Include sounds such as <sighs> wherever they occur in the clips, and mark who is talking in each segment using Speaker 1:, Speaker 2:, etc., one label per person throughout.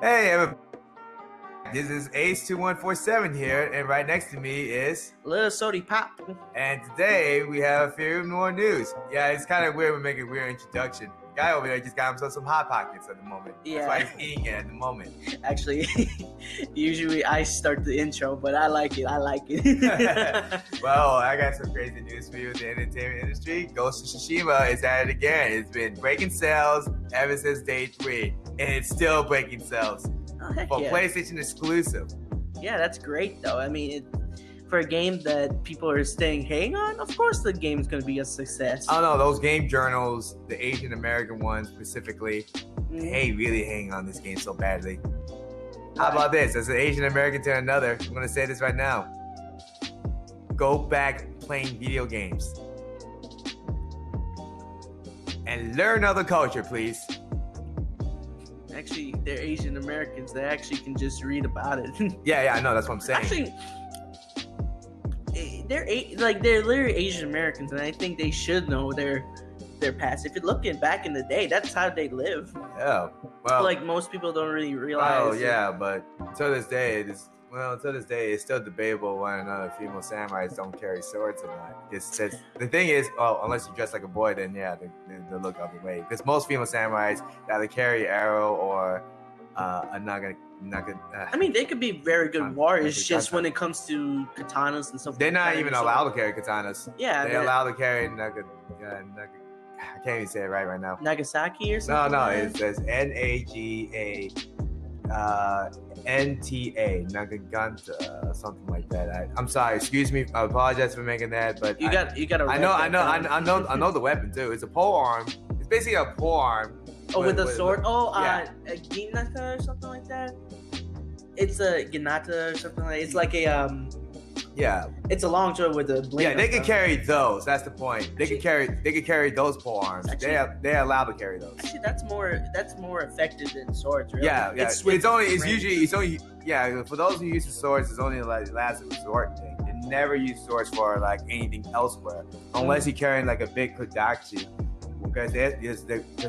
Speaker 1: Hey, everybody. This is Ace2147 here, and right next to me is.
Speaker 2: Little Sody Pop.
Speaker 1: And today we have a few more news. Yeah, it's kind of weird we make a weird introduction. Guy over there just got himself some Hot Pockets at the moment. That's
Speaker 2: Yeah.
Speaker 1: why he's eating it at the moment.
Speaker 2: Actually, <laughs> usually I start the intro, but I like it. I like it. <laughs>
Speaker 1: Well, I got some crazy news for you in the entertainment industry. Ghost of Tsushima is at it again. It's been breaking sales ever since day three, and it's still breaking sales
Speaker 2: oh, heck
Speaker 1: for
Speaker 2: yeah.
Speaker 1: PlayStation exclusive.
Speaker 2: yeah, that's great though. I mean, it, for a game that people are staying hang on, of course the game's gonna be a success.
Speaker 1: I don't know, those game journals, the Asian American ones specifically,
Speaker 2: Mhm.
Speaker 1: they really hang on this game so badly. How about this? As an Asian American to another, I'm gonna say this right now. Go back playing video games. And learn other culture, please.
Speaker 2: Actually, they're Asian Americans. They actually can just read about it. <laughs>
Speaker 1: Yeah, yeah, I know, that's what I'm saying.
Speaker 2: actually, eh, they're a- like they're literally Asian Americans, and I think they should know their their past. If you're looking back in the day, that's how they live.
Speaker 1: oh, well.
Speaker 2: Like most people don't really realize.
Speaker 1: oh, yeah, but to this day, it is. Well, to this day, it's still debatable whether or not female samurais don't carry swords or not. It's, it's, the thing is, oh, unless you dress like a boy, then yeah, they, they, they look other way. Because most female samurais they either carry arrow or uh, a naga. naga uh,
Speaker 2: I mean, they could be very good
Speaker 1: Um,
Speaker 2: warriors.
Speaker 1: like,
Speaker 2: Just
Speaker 1: katana.
Speaker 2: when it comes to katanas and stuff.
Speaker 1: they're
Speaker 2: like
Speaker 1: not
Speaker 2: that,
Speaker 1: even
Speaker 2: so-
Speaker 1: allowed to carry katanas.
Speaker 2: Yeah,
Speaker 1: They're
Speaker 2: they're-
Speaker 1: allowed to carry naga, uh, naga. <sighs> I can't even say it right right now.
Speaker 2: Nagasaki or
Speaker 1: No,
Speaker 2: something.
Speaker 1: no,
Speaker 2: like
Speaker 1: it says N A G A uh, N T A Nagaganta, or something like that. I, I'm sorry, excuse me, I apologize for making that,
Speaker 2: that?
Speaker 1: but
Speaker 2: you
Speaker 1: I,
Speaker 2: got you got to.
Speaker 1: I know, I know, I know, I know, I know the weapon too. It's a pole arm. It's basically a pole arm.
Speaker 2: <laughs> Oh, with,
Speaker 1: with-
Speaker 2: a sword. Oh,
Speaker 1: yeah.
Speaker 2: uh, a ginata or something like that. It's a ginata or something like. It's like a um.
Speaker 1: Yeah,
Speaker 2: It's a long sword with a blade.
Speaker 1: yeah. They
Speaker 2: on
Speaker 1: can
Speaker 2: top.
Speaker 1: carry those. That's the point. They can
Speaker 2: Actually-
Speaker 1: carry. They can carry those pole arms. They are, they are allowed to carry those.
Speaker 2: Actually, that's more that's more effective than swords. Really.
Speaker 1: Yeah, yeah. It's,
Speaker 2: with
Speaker 1: only it's
Speaker 2: range.
Speaker 1: usually it's only yeah for those who use the swords it's only like last resort thing. They never use swords for like anything elsewhere unless you're carrying like a big kodachi because they, there's the, the,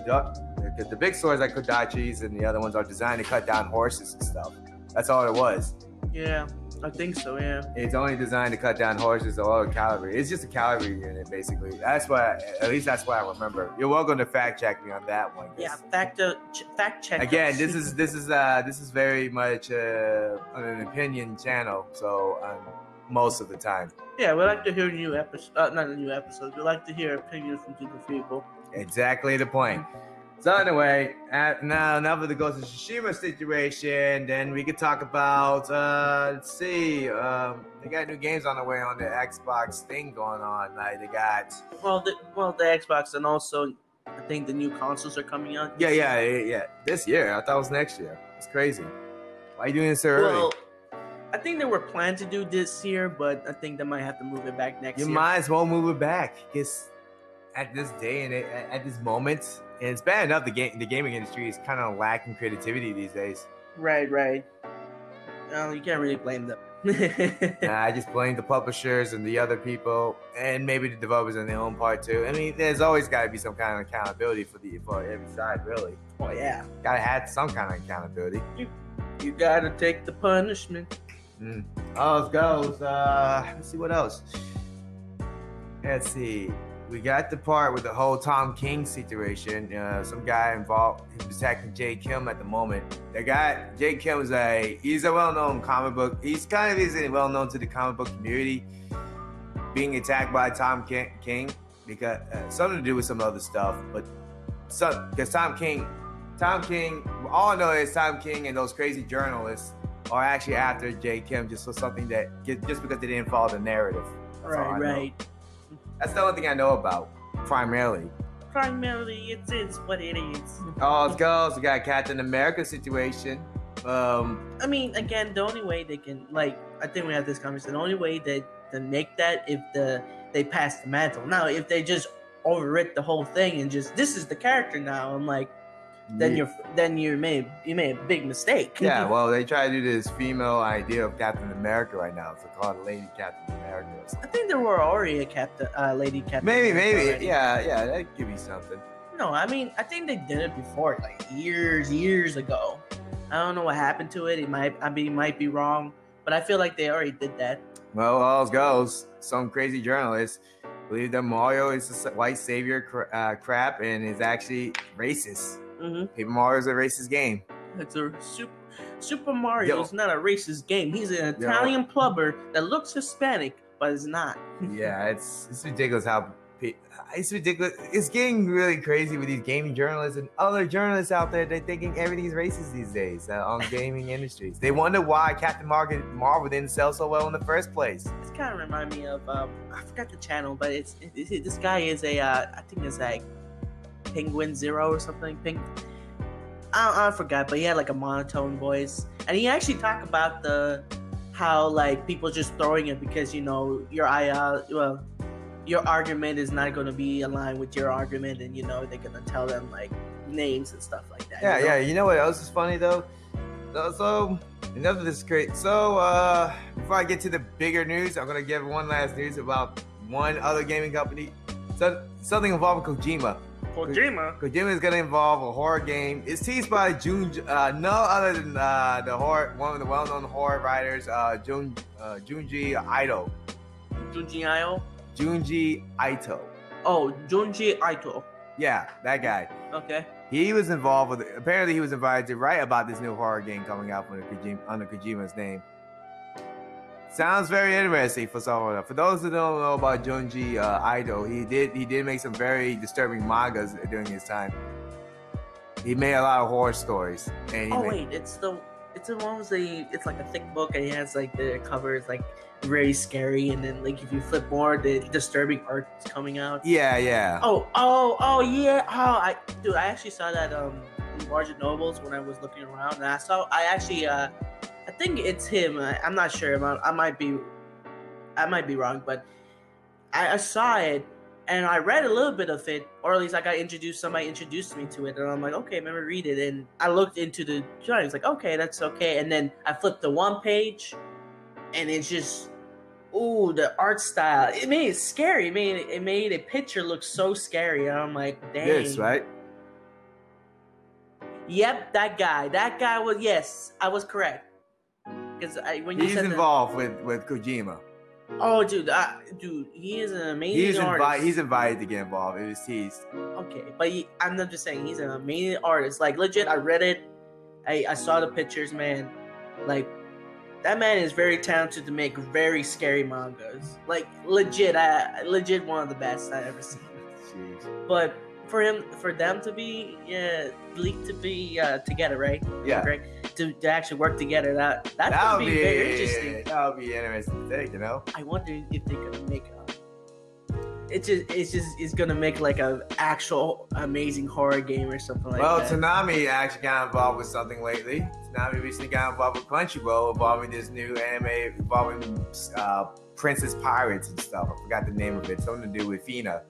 Speaker 1: the the big swords like kodachis and the other ones are designed to cut down horses and stuff. That's all it was.
Speaker 2: Yeah, I think so. Yeah.
Speaker 1: It's only designed to cut down horses or cavalry. It's just a cavalry unit basically. That's why at least that's why I remember. You're welcome to fact check me on that one. 'cause
Speaker 2: Yeah. Fact uh, ch- fact check.
Speaker 1: again
Speaker 2: <laughs> us.
Speaker 1: this is this is uh this is very much uh an opinion channel so um, most of the time
Speaker 2: Yeah, we like to hear new episodes. Uh, not new episodes. We like to hear opinions from different people.
Speaker 1: exactly the point so anyway uh, now now for the ghost of tsushima situation then we could talk about uh let's see um they got new games on the way on the xbox thing going on like they got
Speaker 2: Well, the well the Xbox and also I think the new consoles are coming out.
Speaker 1: yeah yeah yeah, yeah. this year i thought it was next year it's crazy why you doing this so early
Speaker 2: Well, I think they were planned to do this year, but I think they might have to move it back next
Speaker 1: you
Speaker 2: year.
Speaker 1: might as well move it back because at this day and at at this moment and it's bad enough the game the gaming industry is kind of lacking creativity these days
Speaker 2: Right, right. Well, you can't really blame them.
Speaker 1: And i just blame the publishers and the other people and maybe the developers on their own part too i mean there's always got to be some kind of accountability for the for every side really
Speaker 2: <laughs> oh yeah,
Speaker 1: gotta have some kind of accountability
Speaker 2: you gotta take the punishment.
Speaker 1: Oh, let's go. Uh, let's see what else. Let's see. We got the part with the whole Tom King situation. Uh, some guy involved, he was attacking Jay Kim at the moment. The guy, Jay Kim, is a he's a well-known comic book. He's kind of is well-known to the comic book community. Being attacked by Tom Ki- King because uh, something to do with some other stuff, but some because Tom King, Tom King, all I know is Tom King and those crazy journalists are actually after Jay Kim just for something that just because they didn't follow the narrative. That's all I
Speaker 2: right,
Speaker 1: know.
Speaker 2: right.
Speaker 1: That's the only thing I know about primarily.
Speaker 2: Primarily, it is what it is.
Speaker 1: Oh, let's go. So we got Captain America situation. Um,
Speaker 2: I mean, again, the only way they can like, I think we have this conversation. The only way they to make that if the they pass the mantle. Now, if they just overwrit the whole thing and just this is the character now, I'm like, then you're then you made you made a big mistake.
Speaker 1: <laughs>
Speaker 2: <laughs>
Speaker 1: yeah. Well, they try to do this female idea of Captain America right now. So called Lady Captain America. Or something.
Speaker 2: I think there were already a captain, uh, lady captain.
Speaker 1: Maybe, maybe,
Speaker 2: already.
Speaker 1: yeah, yeah. That could be something.
Speaker 2: No, I mean, I think they did it before, like years, years ago. I don't know what happened to it. It might I mean might be wrong, but I feel like they already did that.
Speaker 1: Well, all's goes. Some crazy journalist believe that Mario is a white savior cra- uh, crap and is actually racist.
Speaker 2: Mm-hmm.
Speaker 1: Paper Mario is a racist game.
Speaker 2: It's a super Super Mario is not a racist game. He's an
Speaker 1: Yo.
Speaker 2: Italian plumber that looks Hispanic but is not.
Speaker 1: yeah, it's it's ridiculous how pe- it's ridiculous. It's getting really crazy with these gaming journalists and other journalists out there. They're thinking everything's racist these days uh, on gaming industries. They wonder why Captain Marvel, Marvel didn't sell so well in the first place.
Speaker 2: This kind of remind me of um, I forgot the channel, but it's it, it- this guy is a uh, I think it's like Penguin Zero or something. Pink. I, I forgot, but he had like a monotone voice, and he actually talked about the how like people just throwing it because you know your IL well your argument is not going to be aligned with your argument, and you know they're going to tell them like names and stuff like that.
Speaker 1: Yeah,
Speaker 2: you know?
Speaker 1: yeah. You know what else is funny though? So, so enough of this great. So uh, before I get to the bigger news, I'm gonna give one last news about one other gaming company. So, something involving Kojima.
Speaker 2: Kojima.
Speaker 1: Kojima is gonna involve a horror game. It's teased by June, uh, no other than uh, the horror, one of the well-known horror writers, uh, Jun, uh, Junji Ito.
Speaker 2: Junji Ito.
Speaker 1: Junji Ito.
Speaker 2: Oh, Junji Ito.
Speaker 1: Yeah, that guy.
Speaker 2: Okay.
Speaker 1: He was involved with. Apparently, he was invited to write about this new horror game coming out under Kojima, under Kojima's name. Sounds very interesting for someone. For those who don't know about Junji uh, Ito, he did he did make some very disturbing mangas during his time. He made a lot of horror stories, and he
Speaker 2: Oh
Speaker 1: made-
Speaker 2: wait, it's the it's the one with the it's like a thick book and it has like the cover is like very scary and then like if you flip more the disturbing art is coming out.
Speaker 1: Yeah, yeah.
Speaker 2: Oh oh oh yeah oh I dude I actually saw that um in Barnes and Nobles when I was looking around and I saw I actually uh I think it's him I, I'm not sure about I might be I might be wrong but I, I saw it and I read a little bit of it, or at least I got introduced. Somebody introduced me to it, and I'm like, okay, let me read it. And I looked into the joint. I was like, okay, that's okay. And then I flipped the one page, and it's just, ooh, the art style. It made it scary. It made it made a picture look so scary. And I'm like, dang.
Speaker 1: This right?
Speaker 2: Yep, that guy. That guy was yes, I was correct. Because when you
Speaker 1: He's
Speaker 2: said that-
Speaker 1: involved with with Kojima.
Speaker 2: oh, dude, I, dude, he is an amazing
Speaker 1: He's invited.
Speaker 2: artist.
Speaker 1: He's invited to get involved. It was teased.
Speaker 2: Okay, but he, I'm not just saying he's an amazing artist. Like legit, I read it, I, I saw the pictures, man. Like that man is very talented to make very scary mangas. Like legit, I I- legit one of the best I ever seen.
Speaker 1: Jeez.
Speaker 2: But for him, for them to be yeah, leaked to be uh, together, right?
Speaker 1: Yeah,
Speaker 2: Greg, to, to actually work together, that that's
Speaker 1: that
Speaker 2: gonna
Speaker 1: would
Speaker 2: be,
Speaker 1: be
Speaker 2: very interesting.
Speaker 1: That would be interesting to take. You know.
Speaker 2: I wonder if they could make a. It's just, it's just, it's gonna make like a actual amazing horror game or something like
Speaker 1: well,
Speaker 2: that.
Speaker 1: Tanami actually got involved with something lately. Tanami recently got involved with Crunchyroll, involving this new anime involving uh, Princess Pirates and stuff. I forgot the name of it. Something to do with Fina.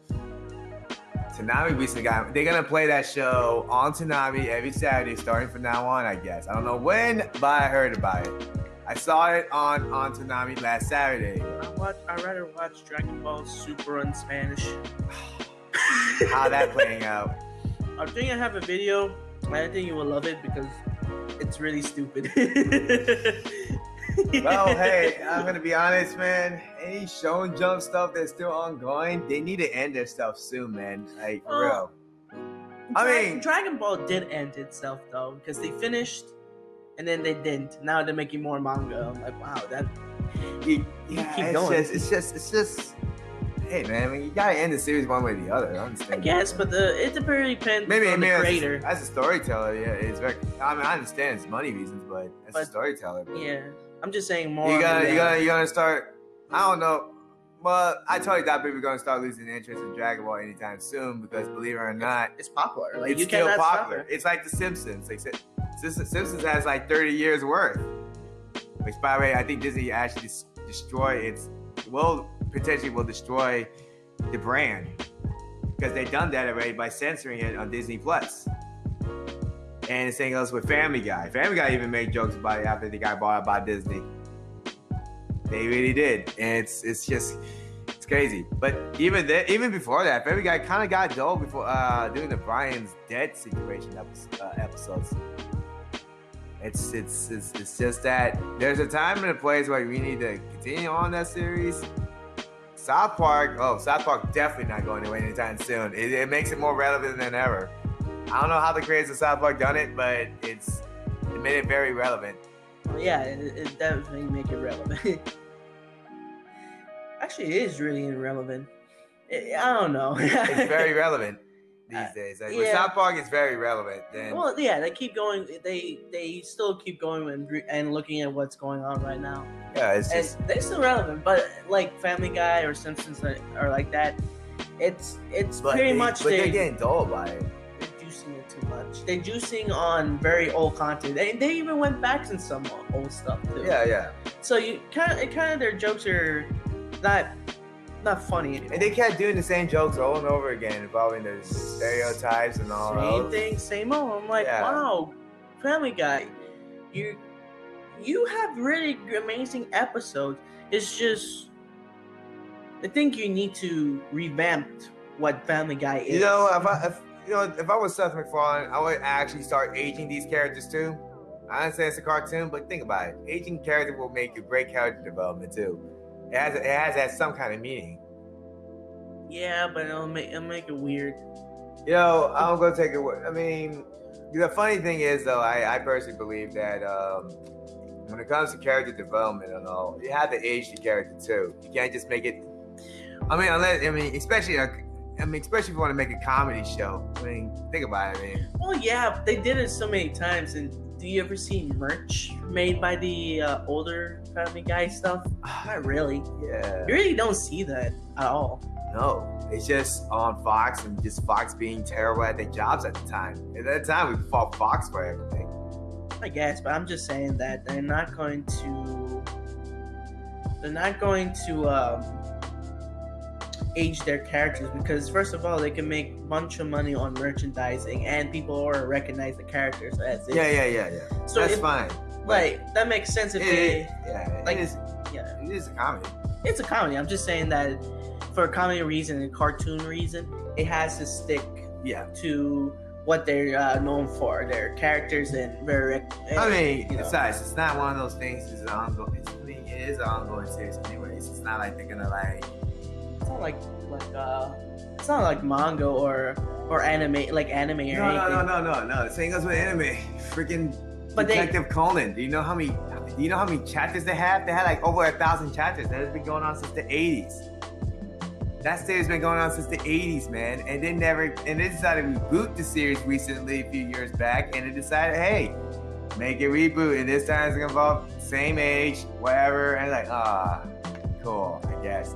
Speaker 1: Tanami recently got. They're gonna play that show on Tanami every Saturday, starting from now on. I guess I don't know when, but I heard about it. I saw it on on Tanami last Saturday.
Speaker 2: I watch. I rather watch Dragon Ball Super in Spanish.
Speaker 1: <sighs> How that playing out?
Speaker 2: I think I have a video. I think you will love it because it's really stupid.
Speaker 1: <laughs>
Speaker 2: <laughs>
Speaker 1: Well, hey, uh, I'm gonna be honest, man. Any Shonen Jump stuff that's still ongoing, they need to end their stuff soon, man. Like
Speaker 2: Oh.
Speaker 1: for real. I
Speaker 2: Dra-
Speaker 1: mean-
Speaker 2: Dragon Ball did end itself though because they finished, and then they didn't. Now they're making more manga. I'm like, wow, that
Speaker 1: You,
Speaker 2: You
Speaker 1: yeah,
Speaker 2: keep
Speaker 1: it's
Speaker 2: going.
Speaker 1: just, it's just, it's just. Hey, man, I mean, you gotta end the series one way or the other. I
Speaker 2: I
Speaker 1: understand.
Speaker 2: guess,
Speaker 1: that,
Speaker 2: but the it depends
Speaker 1: man.
Speaker 2: maybe,
Speaker 1: maybe,
Speaker 2: on
Speaker 1: maybe
Speaker 2: the
Speaker 1: as-
Speaker 2: creator.
Speaker 1: As, a storyteller, yeah, it's very. I mean, I understand it's money reasons, but as a
Speaker 2: But-
Speaker 1: storyteller, but
Speaker 2: Yeah, I'm just saying more.
Speaker 1: you
Speaker 2: on
Speaker 1: gotta,
Speaker 2: the- uh,
Speaker 1: you gotta, you gotta start. I don't know. Well, I tell you that people are gonna start losing interest in Dragon Ball anytime soon because, believe it or not,
Speaker 2: It's popular. Like
Speaker 1: it's
Speaker 2: you
Speaker 1: still
Speaker 2: cannot stop
Speaker 1: popular.
Speaker 2: it.
Speaker 1: It's like The Simpsons, except Sim- Simpsons has like 30 years worth. Which, by the way, I think Disney actually s- destroy its will potentially will destroy the brand because they've done that already by censoring it on Disney Plus. And the same goes with Family Guy. Family Guy even made jokes about it after they got bought by Disney. They really did, and it's it's just it's crazy. But even then, even before that, Family Guy kind of got dull before uh, doing the Brian's dead situation episode, uh, episodes. It's it's it's, it's just that there's a time and a place where we need to continue on that series. South Park, oh South Park, definitely not going away anytime soon. It, it makes it more relevant than ever. I don't know how the creators of South Park done it, but it's it made it very relevant.
Speaker 2: Well, yeah, it, it definitely make it relevant. <laughs> Actually, it is really irrelevant. I I don't know. <laughs>
Speaker 1: It's very relevant these
Speaker 2: Uh,
Speaker 1: days. Like with
Speaker 2: yeah.
Speaker 1: South Park, it's very relevant. Then
Speaker 2: well, yeah, they keep going. They they still keep going and re- and looking at what's going on right now.
Speaker 1: yeah, it's
Speaker 2: and
Speaker 1: just
Speaker 2: they're still relevant. But like Family Guy or Simpsons or, or like that, it's it's
Speaker 1: but
Speaker 2: pretty
Speaker 1: they,
Speaker 2: much
Speaker 1: but they're
Speaker 2: they,
Speaker 1: getting dull by it.
Speaker 2: they're juicing it too much. They're juicing on very old content. They, they even went back to some old stuff too.
Speaker 1: Yeah, yeah.
Speaker 2: So you kind of kind of their jokes are not not funny anymore.
Speaker 1: And they kept doing the same jokes over and over again involving the stereotypes and all
Speaker 2: same
Speaker 1: those.
Speaker 2: thing, same old. I'm like,
Speaker 1: Yeah.
Speaker 2: wow, Family Guy, you you have really g- amazing episodes. It's just, I think you need to revamp what Family Guy is.
Speaker 1: You know, if I if, you know if I was Seth MacFarlane, I would actually start aging these characters too. I understand it's a cartoon, but think about it. Aging character will make you great character development too. It has it has had some kind of meaning.
Speaker 2: yeah, but it'll make it'll make it weird.
Speaker 1: You know, I'm gonna take it. with- I mean, the funny thing is though, I, I personally believe that um, when it comes to character development and all, you have to age the character too. You can't just make it. I mean, unless I mean, especially a, I mean, especially if you want to make a comedy show. I mean, think about it. I mean,
Speaker 2: Well, yeah, they did it so many times. And do you ever see merch made by the uh, older Family Guy stuff? Not really.
Speaker 1: <sighs> yeah.
Speaker 2: You really don't see that at all.
Speaker 1: No, it's just on Fox and just Fox being terrible at their jobs at the time. At that time, we fought Fox for everything.
Speaker 2: I guess, but I'm just saying that they're not going to. They're not going to um, age their characters because, first of all, they can make a bunch of money on merchandising, and people already recognize the characters as it.
Speaker 1: Yeah, yeah, yeah, yeah.
Speaker 2: So,
Speaker 1: That's
Speaker 2: if,
Speaker 1: fine.
Speaker 2: like, that makes sense if
Speaker 1: It-
Speaker 2: they.
Speaker 1: it- yeah,
Speaker 2: like-
Speaker 1: it is.
Speaker 2: yeah.
Speaker 1: It is a comedy.
Speaker 2: It's a comedy. I'm just saying that for a comedy reason and cartoon reason, it has to stick
Speaker 1: Yeah.
Speaker 2: to what they're uh, known for, their characters and very. rec-
Speaker 1: I mean,
Speaker 2: you know.
Speaker 1: besides, it's not one of those things. It's an ongoing. It's, I mean, it is an ongoing series, anyways. It's not like they're gonna like.
Speaker 2: It's not like like uh, it's not like manga or or anime like anime or
Speaker 1: No, no, no,
Speaker 2: anything.
Speaker 1: no, no, no. The same goes with anime. Freaking
Speaker 2: But they-
Speaker 1: Detective Conan. Do you know how many? Do you know how many chapters they have? They had like over a thousand chapters. That has been going on since the '80s. That series been going on since the '80s, man. And they never. And they decided to reboot the series recently, a few years back. And they decided, hey, make it reboot. And this time it's gonna involve same age, whatever. And like, ah, cool. I guess.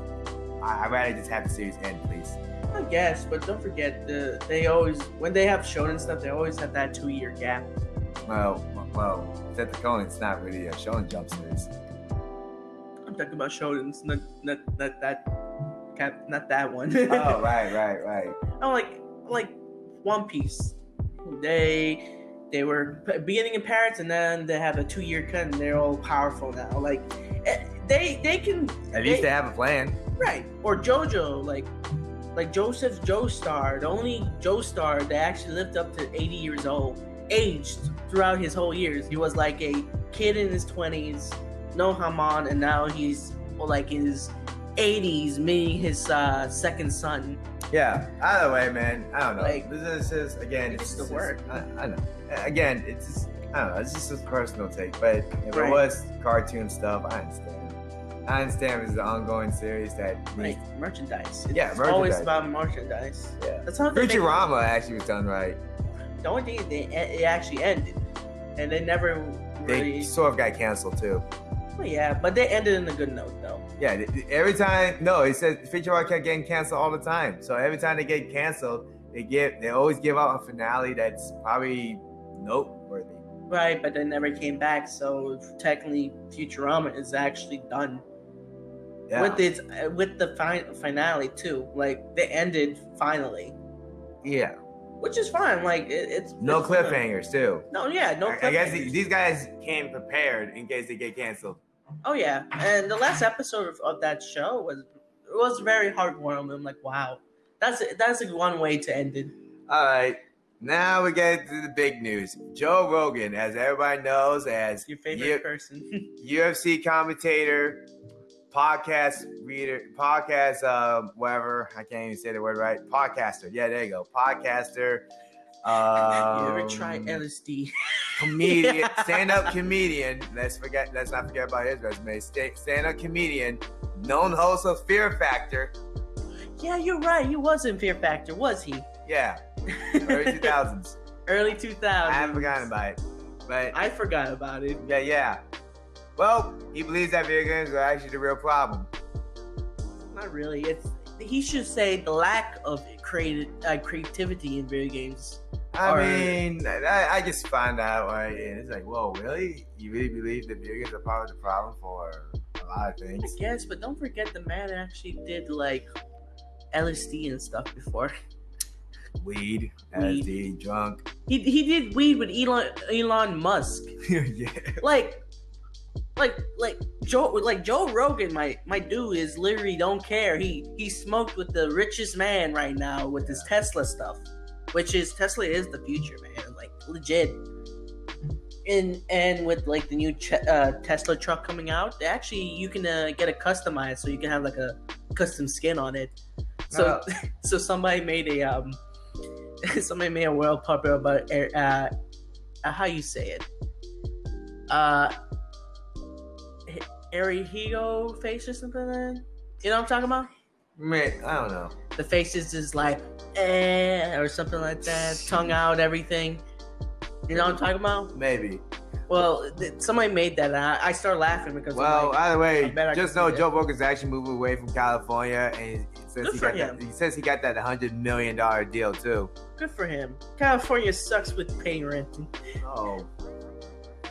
Speaker 1: I, I'd rather just have the series end, please.
Speaker 2: I guess, but don't forget the they always when they have shonen stuff, they always have that two year gap.
Speaker 1: Well, well, Detective Conan's not really a show and jump series.
Speaker 2: I'm talking about shonens, not not not that cap, not that one.
Speaker 1: oh, <laughs> right, right, right.
Speaker 2: <laughs> I'm like like One Piece. They they were p- beginning in Paris and then they have a two year cut and they're all powerful now. Like eh, they they can
Speaker 1: At
Speaker 2: they-
Speaker 1: least they have a plan.
Speaker 2: Right. Or JoJo, like like Joseph Joestar, the only Joestar that actually lived up to 80 years old, aged throughout his whole years. He was like a kid in his 20s, no Haman, and now he's well, like in his 80s, meeting his uh, second son.
Speaker 1: Yeah. Either way, man, I don't know.
Speaker 2: Like,
Speaker 1: this is just again,
Speaker 2: it's
Speaker 1: it's
Speaker 2: the
Speaker 1: just,
Speaker 2: work.
Speaker 1: I, I know. Again, it's just I don't know. It's just a personal take, but if
Speaker 2: Right.
Speaker 1: it was cartoon stuff, I understand. I understand this is an ongoing series that
Speaker 2: Like
Speaker 1: needs.
Speaker 2: merchandise. It's
Speaker 1: Yeah,
Speaker 2: always
Speaker 1: merchandise.
Speaker 2: about merchandise.
Speaker 1: Yeah.
Speaker 2: That's how they make-
Speaker 1: Futurama actually was done right.
Speaker 2: the only thing they it actually ended, and they never really.
Speaker 1: They sort of got canceled too.
Speaker 2: Well, yeah, but they ended in a good note though.
Speaker 1: Yeah, th- th- every time. No, it says Futurama kept getting canceled all the time. So every time they get canceled, they give they always give out a finale that's probably noteworthy.
Speaker 2: Right, but they never came back. So technically, Futurama is actually done
Speaker 1: Yeah.
Speaker 2: with its uh, with the fin- finale too. Like they ended finally,
Speaker 1: yeah.
Speaker 2: which is fine. Like it, it's
Speaker 1: No
Speaker 2: it's fine.
Speaker 1: cliffhangers too.
Speaker 2: No, yeah, no.
Speaker 1: I, I guess
Speaker 2: cliffhangers.
Speaker 1: the- these guys came prepared in case they get canceled.
Speaker 2: oh yeah, and the last episode of, of that show was it was very heartwarming. I'm like, wow, that's that's a one way to end it.
Speaker 1: All right. Now we get to the big news. Joe Rogan, as everybody knows, as
Speaker 2: Your favorite
Speaker 1: U-
Speaker 2: person. <laughs>
Speaker 1: UFC commentator, podcast reader, podcast, uh, whatever. I can't even say the word right. Podcaster. Yeah, there you go. Podcaster.
Speaker 2: <laughs> you
Speaker 1: Um,
Speaker 2: ever try LSD?
Speaker 1: comedian,
Speaker 2: <laughs> Yeah.
Speaker 1: stand-up comedian. Let's forget. Let's not forget about his resume. Sta- Stand-up comedian, known host of Fear Factor.
Speaker 2: <laughs> yeah, you're right. He was in Fear Factor, was he?
Speaker 1: Yeah,
Speaker 2: <laughs>
Speaker 1: early two thousands.
Speaker 2: Early 2000s.
Speaker 1: I haven't forgotten about it, but
Speaker 2: I forgot about it.
Speaker 1: yeah, yeah. Well, he believes that video games are actually the real problem.
Speaker 2: Not really. It's he should say the lack of creative uh, creativity in video games.
Speaker 1: I
Speaker 2: Or-
Speaker 1: mean, I, I just find out like and it's like, whoa, really? You really believe that video games are part of the problem for a lot of
Speaker 2: I
Speaker 1: things?
Speaker 2: guess, but don't forget the man actually did like LSD and stuff before.
Speaker 1: Weed,
Speaker 2: Weed.
Speaker 1: LSD, drunk. <laughs>
Speaker 2: He he did weed with Elon Elon Musk.
Speaker 1: yeah.
Speaker 2: Like like like Joe like Joe Rogan, my my dude is literally don't care. He he smoked with the richest man right now with his Tesla stuff. Which is Tesla is the future, man. Like legit. And and with like the new ch- uh, Tesla truck coming out, actually you can uh, get it customized, so you can have like a custom skin on it. So
Speaker 1: Uh,
Speaker 2: so somebody made a um <laughs> somebody made a world puppet about air- uh, uh how you say it uh H- Arihigo face or something like that. you know what i'm talking about
Speaker 1: man, I don't know.
Speaker 2: the face is just like eh, or something like that tongue out everything you know what i'm talking about
Speaker 1: Maybe.
Speaker 2: well th- somebody made that and i, I start laughing because I'm
Speaker 1: Well,
Speaker 2: like,
Speaker 1: either
Speaker 2: I
Speaker 1: way,
Speaker 2: bet I
Speaker 1: just
Speaker 2: can
Speaker 1: know
Speaker 2: see it.
Speaker 1: Joe Rogan's actually moving away from California, and he says
Speaker 2: Good
Speaker 1: he
Speaker 2: for
Speaker 1: got that.
Speaker 2: him.
Speaker 1: He says he got that hundred million dollar deal too.
Speaker 2: good for him california sucks with paying rent
Speaker 1: Oh,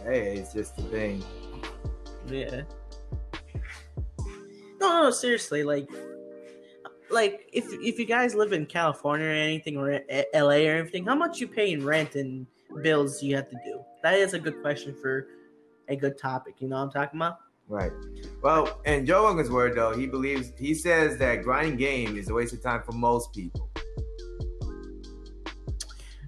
Speaker 1: hey, it's just the thing.
Speaker 2: Yeah. No, no, seriously, like, like if if you guys live in California or anything or A- L.A. or anything, how much you pay in rent and bills you have to do? That is a good question for a good topic. You know what I'm talking about?
Speaker 1: Right. Well, in Joe Rogan's word, though, he believes he says that grinding game is a waste of time for most people.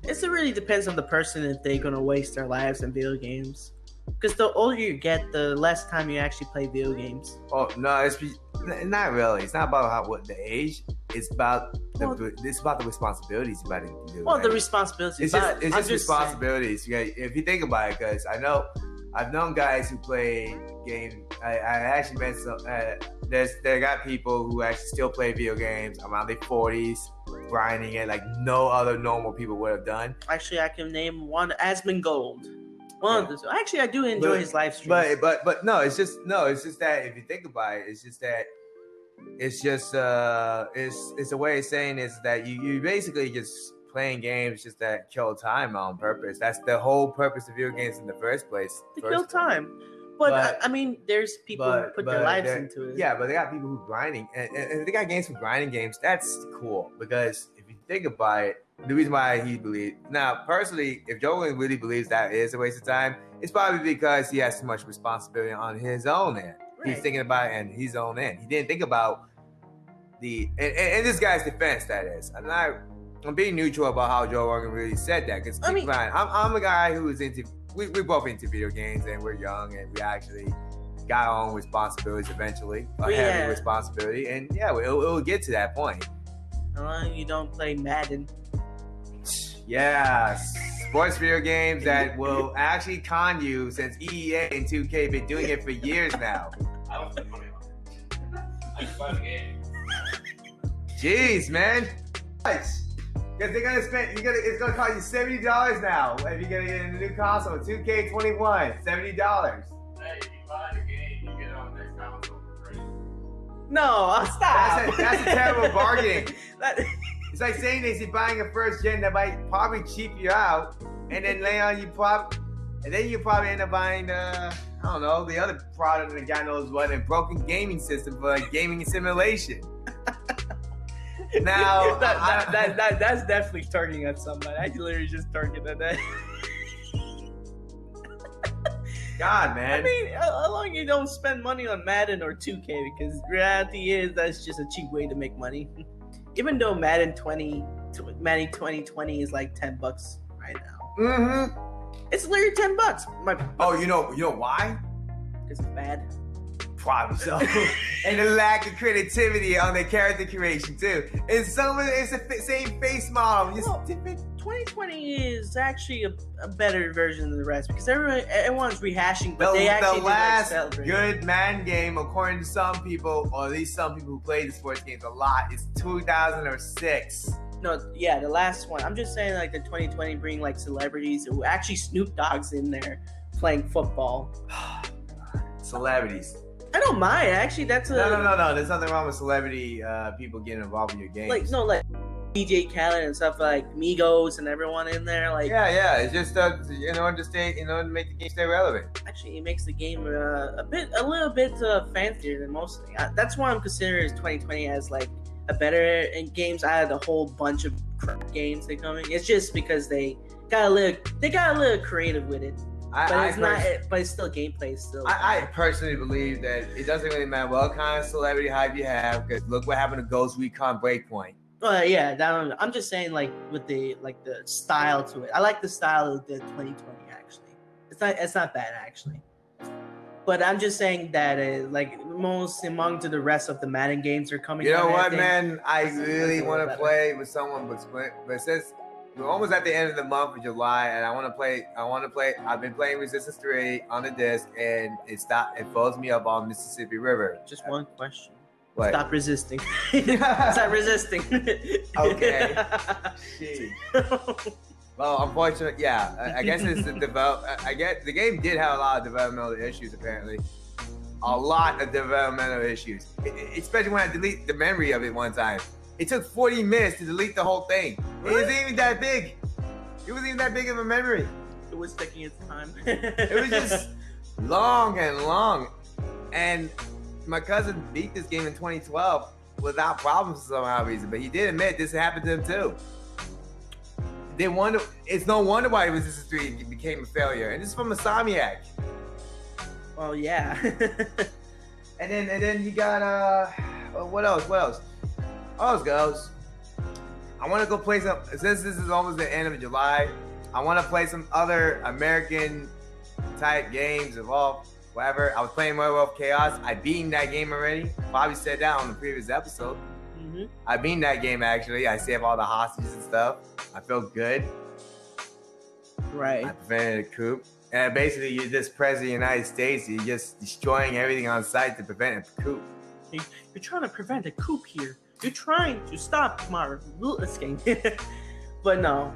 Speaker 2: It's, it really depends on the person if they're gonna waste their lives in video games. Because the older you get, the less time you actually play video games.
Speaker 1: Oh no, it's be- n- not really. It's not about how what the age. It's about the
Speaker 2: Well-
Speaker 1: it's about the responsibilities you got to do.
Speaker 2: Well, the
Speaker 1: Like,
Speaker 2: responsibility.
Speaker 1: it's
Speaker 2: but
Speaker 1: just it's
Speaker 2: I'm
Speaker 1: just
Speaker 2: saying-
Speaker 1: responsibilities. You got- if you think about it, because I know I've known guys who play game. I, I actually met some. Uh, there's there got people who actually still play video games around their forties, grinding it like no other normal people would have done.
Speaker 2: Actually, I can name one Asmongold. One of
Speaker 1: Yeah.
Speaker 2: those. Actually, I do enjoy
Speaker 1: But-
Speaker 2: his live streams.
Speaker 1: But but but no, it's just no, it's just that if you think about it, it's just that it's just uh it's it's a way of saying is that you you basically just playing games just that kill time on purpose. That's the whole purpose of video games in the first place.
Speaker 2: to
Speaker 1: First-
Speaker 2: kill time. But,
Speaker 1: But-
Speaker 2: I, I mean, there's people who
Speaker 1: but-
Speaker 2: put their
Speaker 1: but
Speaker 2: lives
Speaker 1: there-
Speaker 2: into it.
Speaker 1: Yeah, but they got people who grinding, and, and, and they got games for grinding games. That's cool because if you think about it, the reason why he believes now personally, if Joel really believes that is a waste of time, it's probably because he has too much responsibility on his own end. He's
Speaker 2: Right.
Speaker 1: thinking about it and his own end. He didn't think about the and, and, and this guy's defense. That is, I'm not. I'm being neutral about how Joe Rogan really said that because
Speaker 2: I
Speaker 1: keep
Speaker 2: mean-
Speaker 1: in mind, I'm, I'm a guy who is into. We, we're both into video games and we're young and we actually got our own responsibilities eventually, a
Speaker 2: Well,
Speaker 1: heavy
Speaker 2: yeah.
Speaker 1: responsibility, and yeah, it'll, it'll get to that point.
Speaker 2: As long as you don't play Madden.
Speaker 1: Yeah, sports video games that will actually con you since EEA and 2K been doing it for years now.
Speaker 3: I don't spend money on it. I just buy the game.
Speaker 1: Jeez, man. Because they're gonna spend, you're gonna, it's gonna cost you seventy dollars now if you're gonna get a new console, 2K21, seventy dollars.
Speaker 3: Hey, if you buy the game, you get it on the next console for free.
Speaker 2: No, I'll stop.
Speaker 1: That's a- that's a
Speaker 2: <laughs>
Speaker 1: terrible bargain.
Speaker 2: That-
Speaker 1: It's like saying that you're buying a first gen that might probably cheap you out, and then later on you pop, and then you probably end up buying uh, I don't know, the other product that God knows what, and broken gaming system for like gaming
Speaker 2: <laughs>
Speaker 1: simulation. Now,
Speaker 2: that, that,
Speaker 1: I-
Speaker 2: that, that, that's definitely targeting at somebody. I literally just targeted at that.
Speaker 1: God, man.
Speaker 2: I mean, a- as long as you don't spend money on Madden or <laughs> 2K, because reality is that's just a cheap way to make money. Even though Madden 20 tw- Manny 2020 is like 10 bucks right now.
Speaker 1: Mm-hmm.
Speaker 2: It's literally 10 bucks. My
Speaker 1: Oh, you know, you know why?
Speaker 2: it's bad.
Speaker 1: Probably so. <laughs> and the lack of creativity on their character creation too. And some of it- it's the fa- same face model. Just
Speaker 2: Well,
Speaker 1: different.
Speaker 2: 2020 is actually a, a better version than the rest because everyone everyone's rehashing, but
Speaker 1: The,
Speaker 2: they actually
Speaker 1: the
Speaker 2: did, like,
Speaker 1: last
Speaker 2: celebrate.
Speaker 1: good man game, according to some people, or at least some people who played the sports games a lot, is 2006.
Speaker 2: No, yeah, the last one. I'm just saying, like the 2020 bring like celebrities who actually Snoop Dogg's in there playing football.
Speaker 1: Celebrities.
Speaker 2: I don't mind actually. That's a
Speaker 1: No, no, no, no. There's nothing wrong with celebrity uh, people getting involved in your games.
Speaker 2: like no like DJ Khaled and stuff like Migos and everyone in there. Like
Speaker 1: yeah, yeah. It's just uh, in order to stay, in order to make the game stay relevant.
Speaker 2: actually, it makes the game uh, a bit a little bit uh, fancier than most. I, that's why I'm considering 2020 as like a better in games out of the whole bunch of crap games they coming. It's just because they got a little they got a little creative with it,
Speaker 1: I,
Speaker 2: but
Speaker 1: I
Speaker 2: it's not.
Speaker 1: pers-
Speaker 2: It, but it's still gameplay. It's still.
Speaker 1: I, I personally believe that it doesn't really matter what kind of celebrity hype you have, because look what happened to Ghost Recon Breakpoint.
Speaker 2: Well, yeah, that one, I'm just saying, like with the like the style to it. I like the style of the 2020. Actually, it's not it's not bad actually. But I'm just saying that uh, like most among to the rest of the Madden games are coming.
Speaker 1: You know
Speaker 2: out, I
Speaker 1: what,
Speaker 2: think.
Speaker 1: man? I
Speaker 2: This is
Speaker 1: really
Speaker 2: looking a
Speaker 1: want to
Speaker 2: little
Speaker 1: play with someone, but split. But since we're almost at the end of the month of July, and I want to play, I want to play. I've been playing Resistance Three on the disc, and it stopped. It follows me up on Mississippi River.
Speaker 2: Just one question.
Speaker 1: What? <laughs>
Speaker 2: Stop resisting. <laughs> Stop resisting. <laughs>
Speaker 1: Okay. Jeez. Well, unfortunately, yeah. I, I guess it's the develop. I- I guess the game did have a lot of developmental issues. Apparently, a lot of developmental issues. E- e- Especially when I delete the memory of it one time. It took 40 minutes to delete the whole thing. It wasn't even that big. It wasn't even that big of a memory.
Speaker 2: it was taking its time.
Speaker 1: It was just long and long. And my cousin beat this game in 2012 without problems for some odd reason. But he did admit this happened to him too. They wonder it's no wonder why Resistance 3 became a failure. And this is from Insomniac.
Speaker 2: <laughs> Well, yeah. <laughs> Mm-hmm.
Speaker 1: And then and then you got uh oh, what else? What else? Oh else goes. I wanna go play some since this is almost the end of July, I wanna play some other American type games evolve. Whatever. I was playing Werewolf Chaos. I beaten that game already. Bobby said that on the previous episode.
Speaker 2: hmm
Speaker 1: I beat that game actually. I saved all the hostages and stuff. I feel good.
Speaker 2: Right.
Speaker 1: I prevented a coup. And basically you're just president of the United States. You're just destroying everything on site to prevent a coup.
Speaker 2: You're trying to prevent a coup here. You're trying to stop my rule escape. <laughs> but no.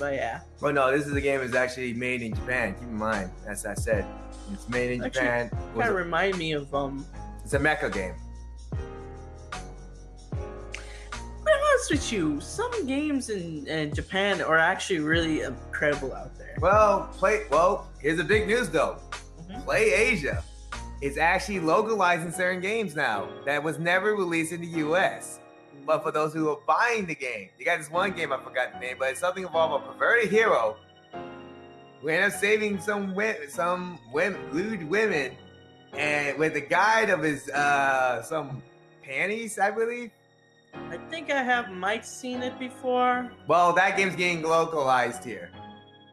Speaker 2: But yeah.
Speaker 1: Well, Oh, no, this is a game that's actually made in Japan. Keep in mind, as I said, it's made in
Speaker 2: Actually,
Speaker 1: Japan. It was
Speaker 2: Kind of
Speaker 1: a-
Speaker 2: remind me of um
Speaker 1: it's a mecha game.
Speaker 2: to be honest with you, some games in, in Japan are actually really incredible out there.
Speaker 1: Well, play. Well, here's the big news though.
Speaker 2: Mhm.
Speaker 1: Play Asia is actually localizing certain games now that was never released in the U.S. But for those who are buying the game, you got this one game I forgot the name, but it's something involving a perverted hero who end up saving some women, some women, lewd women, and with the guide of his uh some panties, I believe.
Speaker 2: I think I have might seen it before.
Speaker 1: Well, that game's getting localized here.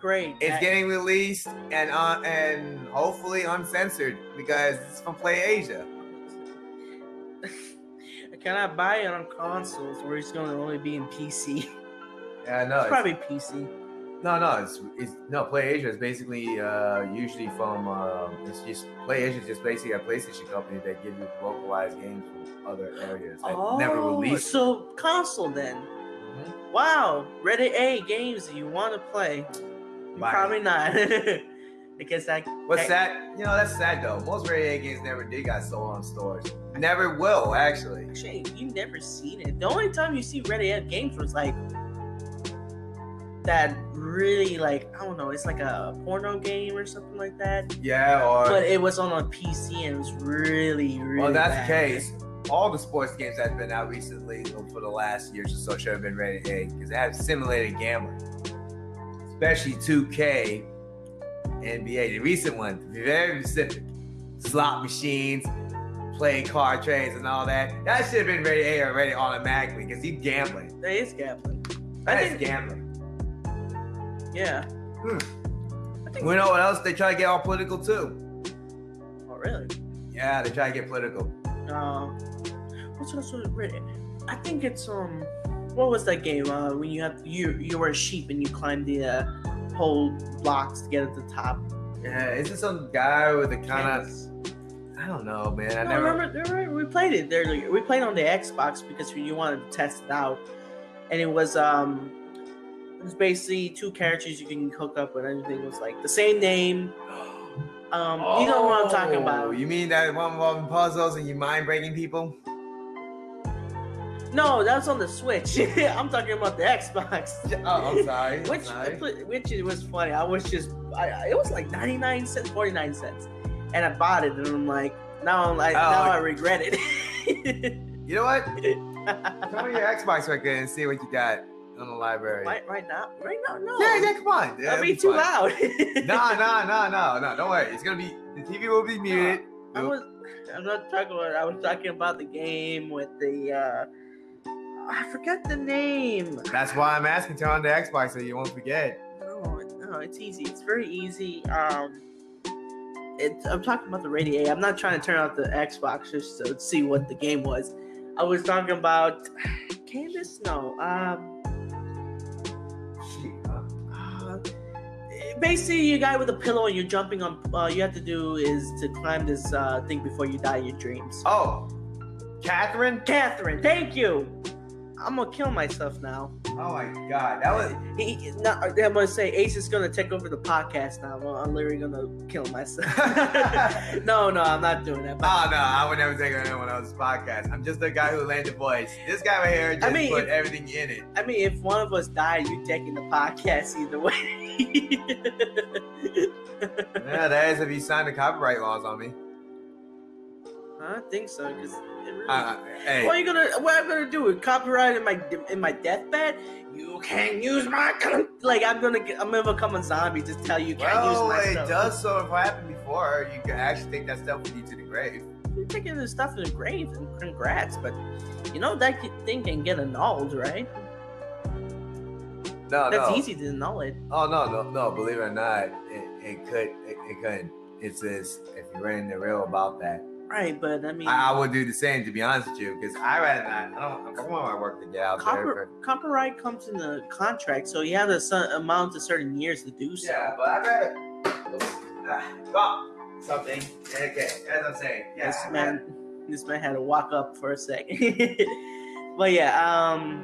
Speaker 2: Great.
Speaker 1: It's
Speaker 2: I-
Speaker 1: getting released and uh, and hopefully uncensored because it's from Play Asia.
Speaker 2: I cannot buy it on consoles where it's gonna only be in <laughs> PC.
Speaker 1: Yeah, no,
Speaker 2: it's
Speaker 1: it's,
Speaker 2: probably PC.
Speaker 1: no, no, it's, it's no Play Asia is basically uh, usually from uh, it's just Play Asia is just basically a PlayStation company that gives you localized games from other areas that never
Speaker 2: Oh.
Speaker 1: released.
Speaker 2: So console then.
Speaker 1: Mhm.
Speaker 2: Wow, rated A games that you want to play.
Speaker 1: Right.
Speaker 2: Probably not. <laughs> I guess I.
Speaker 1: What's
Speaker 2: I-
Speaker 1: that? You know, that's sad though. Most rated A games never did got sold on stores. Never will actually.
Speaker 2: Actually, you never seen it. The only time you see rated A games was like that. Really, like I don't know. It's like a porno game or something like that.
Speaker 1: Yeah, or
Speaker 2: But it was on a PC and it was really, really.
Speaker 1: Well, that's the
Speaker 2: bad.
Speaker 1: case. All the sports games that's been out recently for the last year or so should have been rated A because they have simulated gambling, especially 2K, NBA, the recent one, to be very specific. Slot machines, playing card trades, and all that. That should have been rated A already automatically because you gambling.
Speaker 2: That is gambling.
Speaker 1: That
Speaker 2: I
Speaker 1: is
Speaker 2: think-
Speaker 1: gambling.
Speaker 2: Yeah.
Speaker 1: Hmm.
Speaker 2: I think
Speaker 1: We know what else? They try to get all political too.
Speaker 2: Oh, really?
Speaker 1: Yeah, they try to get political.
Speaker 2: Um, what's also written? I think it's um, what was that game? Uh, when you have you you were a sheep and you climbed the uh, whole blocks to get at the top.
Speaker 1: Yeah, isn't some guy with a kind of
Speaker 2: Canvas.
Speaker 1: I don't know, man. I
Speaker 2: No,
Speaker 1: never. <gasps>
Speaker 2: remember, remember we played it there. like, We played on the Xbox because we, you wanted to test it out, and it was um, it was basically two characters you can hook up with. Everything was like the same name. Um, you know what I'm talking
Speaker 1: Oh,
Speaker 2: about. Oh,
Speaker 1: You mean that one involving puzzles and you mind breaking people?
Speaker 2: No, that's on the Switch. <laughs> I'm talking about the Xbox.
Speaker 1: <laughs> Oh, I'm sorry.
Speaker 2: Which
Speaker 1: Sorry.
Speaker 2: which it was funny. I was just I, I- it was like 99 cents, 49 cents, and I bought it, and I'm like now I'm like
Speaker 1: Oh.
Speaker 2: now I regret it. <laughs>
Speaker 1: You know what? Come on your Xbox right there and see what you got on the library.
Speaker 2: right right now right now no.
Speaker 1: Yeah, yeah, come on. Yeah,
Speaker 2: That'd be
Speaker 1: it'll fine.
Speaker 2: too loud. <laughs>
Speaker 1: No, no, no, no, no. Don't worry. It's gonna be the TV will be
Speaker 2: <laughs>
Speaker 1: muted.
Speaker 2: I was I'm not talking about. I was talking about the game with the uh I forgot the name.
Speaker 1: That's why I'm asking. Turn on the Xbox so you won't forget.
Speaker 2: No, no, it's easy. It's very easy. Um, it, I'm talking about the radiator. I'm not trying to turn off the Xbox just to see what the game was. I was talking about <sighs> Candace. No, um, uh, basically, you guy with a pillow and you're jumping on. Uh, you have to do is to climb this uh, thing before you die in your dreams.
Speaker 1: Oh, Catherine.
Speaker 2: Catherine, thank you. I'm gonna kill myself now.
Speaker 1: Oh my God, that was. <laughs>
Speaker 2: He, he- no, I'm gonna say Ace is gonna take over the podcast now. I'm, I'm literally gonna kill
Speaker 1: <laughs>
Speaker 2: myself. no, no, I'm not doing that. But
Speaker 1: Oh no, I would never take on anyone else's podcast. I'm just the guy who landed voice. This guy right here just
Speaker 2: I mean,
Speaker 1: put
Speaker 2: if-
Speaker 1: everything in it.
Speaker 2: I mean, if one of us died, you taking the podcast either way.
Speaker 1: Yeah, that is if you signed the copyright laws on me.
Speaker 2: <laughs> I don't think so. Cause it really...
Speaker 1: Uh, hey,
Speaker 2: what are you gonna? What I'm gonna do? Copyright in my in my deathbed? You can't use my con- like. I'm gonna get, I'm gonna become a zombie. Just tell you, you can't
Speaker 1: well,
Speaker 2: use my
Speaker 1: it
Speaker 2: stuff.
Speaker 1: does sort of happen before. You can actually take that stuff with you to the grave.
Speaker 2: You're taking this stuff in the grave. And congrats, but you know that thing can get annulled, right?
Speaker 1: No,
Speaker 2: That's
Speaker 1: no.
Speaker 2: easy to annul it.
Speaker 1: Oh no, no, no! Believe it or not, it, it could, it, it couldn't. It's just if you were in the real about that,
Speaker 2: Right, but I mean,
Speaker 1: I, I would do the same to be honest with you, because I rather not. I don't. I don't want my work to get out there.
Speaker 2: copper, copyright comes in the contract, so you have a certain amount of certain years to do
Speaker 1: but-
Speaker 2: so.
Speaker 1: yeah, but I rather ah, bump something. Okay, as I'm saying, yes,
Speaker 2: This man, this man had to walk up for a second. <laughs> but yeah, um,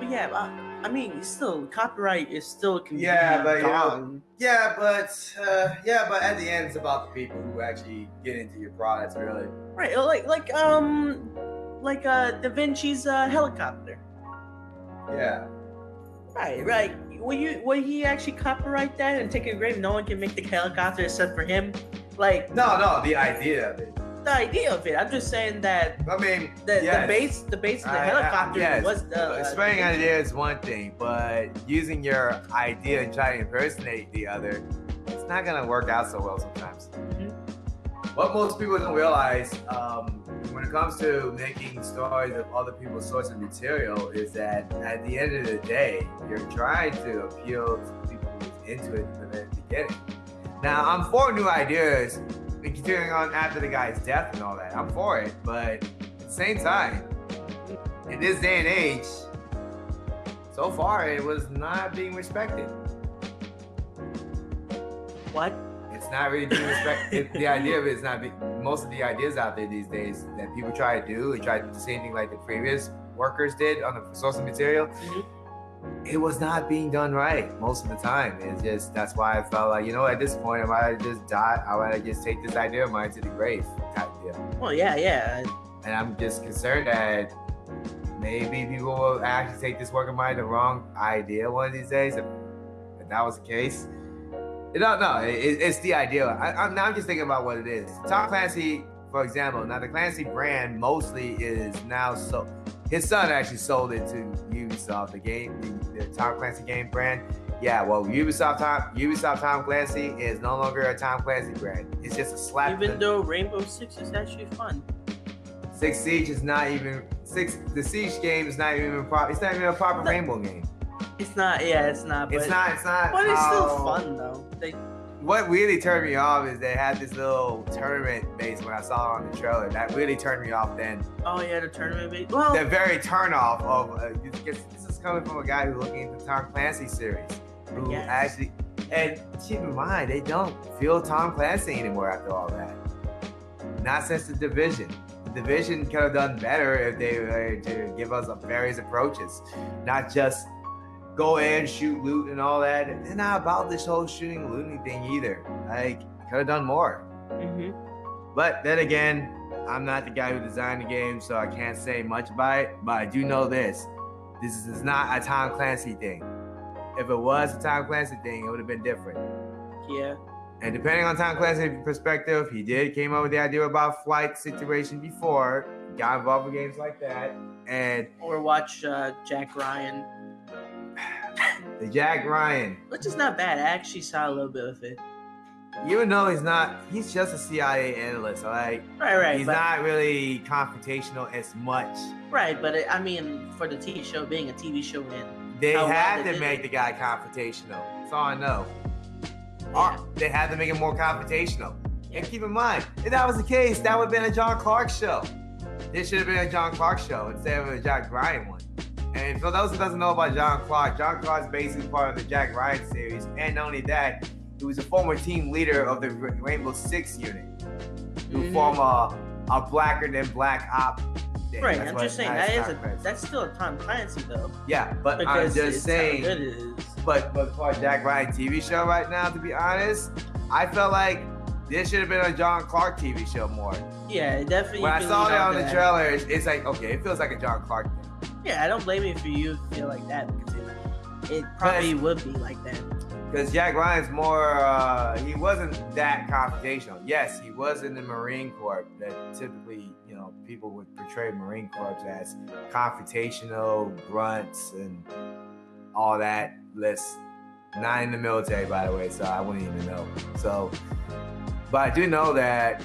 Speaker 2: but yeah, uh, I, I mean, still, copyright is still can
Speaker 1: Yeah,
Speaker 2: be
Speaker 1: but, you know,
Speaker 2: gone.
Speaker 1: Yeah, but uh, yeah, but at the end, it's about the people who actually get into your products, really.
Speaker 2: right, uh, like like um, like uh, Da Vinci's uh, helicopter.
Speaker 1: Yeah.
Speaker 2: Right, right. Will you? Will he actually copyright that and take it grave? No one can make the helicopter except for him. Like
Speaker 1: No, no, the idea of it.
Speaker 2: the idea of it. I'm just saying that
Speaker 1: I mean,
Speaker 2: the, the
Speaker 1: yes.
Speaker 2: base, the base of the
Speaker 1: I- I-
Speaker 2: helicopter
Speaker 1: yes.
Speaker 2: was the.
Speaker 1: Well, Explaining an idea is one thing, but using your idea and trying to impersonate the other, it's not gonna work out so well sometimes.
Speaker 2: Mhm.
Speaker 1: What most people don't realize um, when it comes to making stories of other people's source of material is that at the end of the day, you're trying to appeal to people who's into it from the very beginning. Now, I'm for new ideas, and continuing on after the guy's death and all that. I'm for it, but at the same time, in this day and age, so far it was not being respected.
Speaker 2: what?
Speaker 1: It's not really being respected. the idea of it is not be- most of the ideas out there these days that people try to do and try to do the same thing like the previous workers did on the source of material.
Speaker 2: Mhm.
Speaker 1: It was not being done right most of the time. It's just that's why I felt like you know at this point I might just die. I might just take this idea of mine to the grave type deal.
Speaker 2: Well, Oh, yeah, yeah.
Speaker 1: and I'm just concerned that maybe people will actually take this work of mine the wrong idea one of these days. If, if that was the case, no, no, it, it- it's the idea. I, I'm now I'm just thinking about what it is. Tom Clancy, for example, now the Clancy brand mostly is now so. His son actually sold it to Ubisoft, the game, the, the Tom Clancy game brand. Yeah, well, Ubisoft Tom, Ubisoft Tom Clancy is no longer a Tom Clancy brand. It's just a slap. in the-
Speaker 2: Even though Rainbow Six is actually fun.
Speaker 1: Six Siege is not even six. The Siege game is not even a proper. It's not even a proper
Speaker 2: No.
Speaker 1: Rainbow game.
Speaker 2: It's not. Yeah, it's not. But,
Speaker 1: It's not. It's not.
Speaker 2: But it's
Speaker 1: how-
Speaker 2: still fun though. They
Speaker 1: What really turned me off is they had this little tournament base when I saw it on the trailer. That really turned me off. Then
Speaker 2: oh yeah, the tournament. Base. Well,
Speaker 1: the very turnoff of uh, this, gets- this is coming from a guy who's looking at the Tom Clancy series, who
Speaker 2: Yes.
Speaker 1: actually and keep in mind they don't feel Tom Clancy anymore after all that. Not since the division. The division could have done better if they were to give us a various approaches, not just go in shoot loot and all that. They're not about this whole shooting looting thing either. Like could have done more.
Speaker 2: mhm.
Speaker 1: But then again, I'm not the guy who designed the game, so I can't say much about it. But I do know this: this is not a Tom Clancy thing. If it was a Tom Clancy thing, it would have been different.
Speaker 2: yeah.
Speaker 1: And depending on Tom Clancy's perspective, he did came up with the idea about flight situation before, got involved with games like that, and
Speaker 2: Or watch uh, Jack Ryan,
Speaker 1: the Jack Ryan.
Speaker 2: which is not bad. I actually saw a little bit of it.
Speaker 1: Even though he's not, he's just a CIA analyst. Like
Speaker 2: Right, right.
Speaker 1: he's
Speaker 2: but,
Speaker 1: not really confrontational as much.
Speaker 2: Right, but it, I mean, for the TV show being a TV show, and
Speaker 1: They
Speaker 2: How well
Speaker 1: had
Speaker 2: they
Speaker 1: to
Speaker 2: did
Speaker 1: make
Speaker 2: it.
Speaker 1: the guy confrontational. That's all I know. Or they had to make it more confrontational.
Speaker 2: Yeah.
Speaker 1: And keep in mind, if that was the case, that would have been a John Clark show. This should have been a John Clark show instead of a Jack Ryan one. And for those who doesn't know about John Clark, John Clark's basically part of the Jack Ryan series. And not only that, he was a former team leader of the Ra- Rainbow Six unit, who
Speaker 2: Mhm.
Speaker 1: form a, a blacker than black op. thing.
Speaker 2: right,
Speaker 1: That's
Speaker 2: I'm
Speaker 1: what
Speaker 2: just saying
Speaker 1: Nice
Speaker 2: that is
Speaker 1: Cock
Speaker 2: a
Speaker 1: Fest.
Speaker 2: that's still a Tom Clancy though,
Speaker 1: yeah, but I'm
Speaker 2: because
Speaker 1: just
Speaker 2: it's how
Speaker 1: saying
Speaker 2: good it is.
Speaker 1: but but for a Jack Ryan TV show right now, to be honest, I felt like this should have been a John Clark TV show more.
Speaker 2: Yeah, it definitely.
Speaker 1: When
Speaker 2: you
Speaker 1: I
Speaker 2: can
Speaker 1: saw
Speaker 2: lean
Speaker 1: that
Speaker 2: off
Speaker 1: on the
Speaker 2: that.
Speaker 1: trailer, it's, it's like okay, it feels like a John Clark thing.
Speaker 2: Yeah, I don't blame you for you to feel like that because it, it probably would be like that.
Speaker 1: Because Jack Ryan's more, uh, he wasn't that confrontational. Yes, he was in the Marine Corps that typically, you know, people would portray Marine Corps as confrontational grunts and all that list. Not in the military, by the way, so I wouldn't even know. So, but I do know that,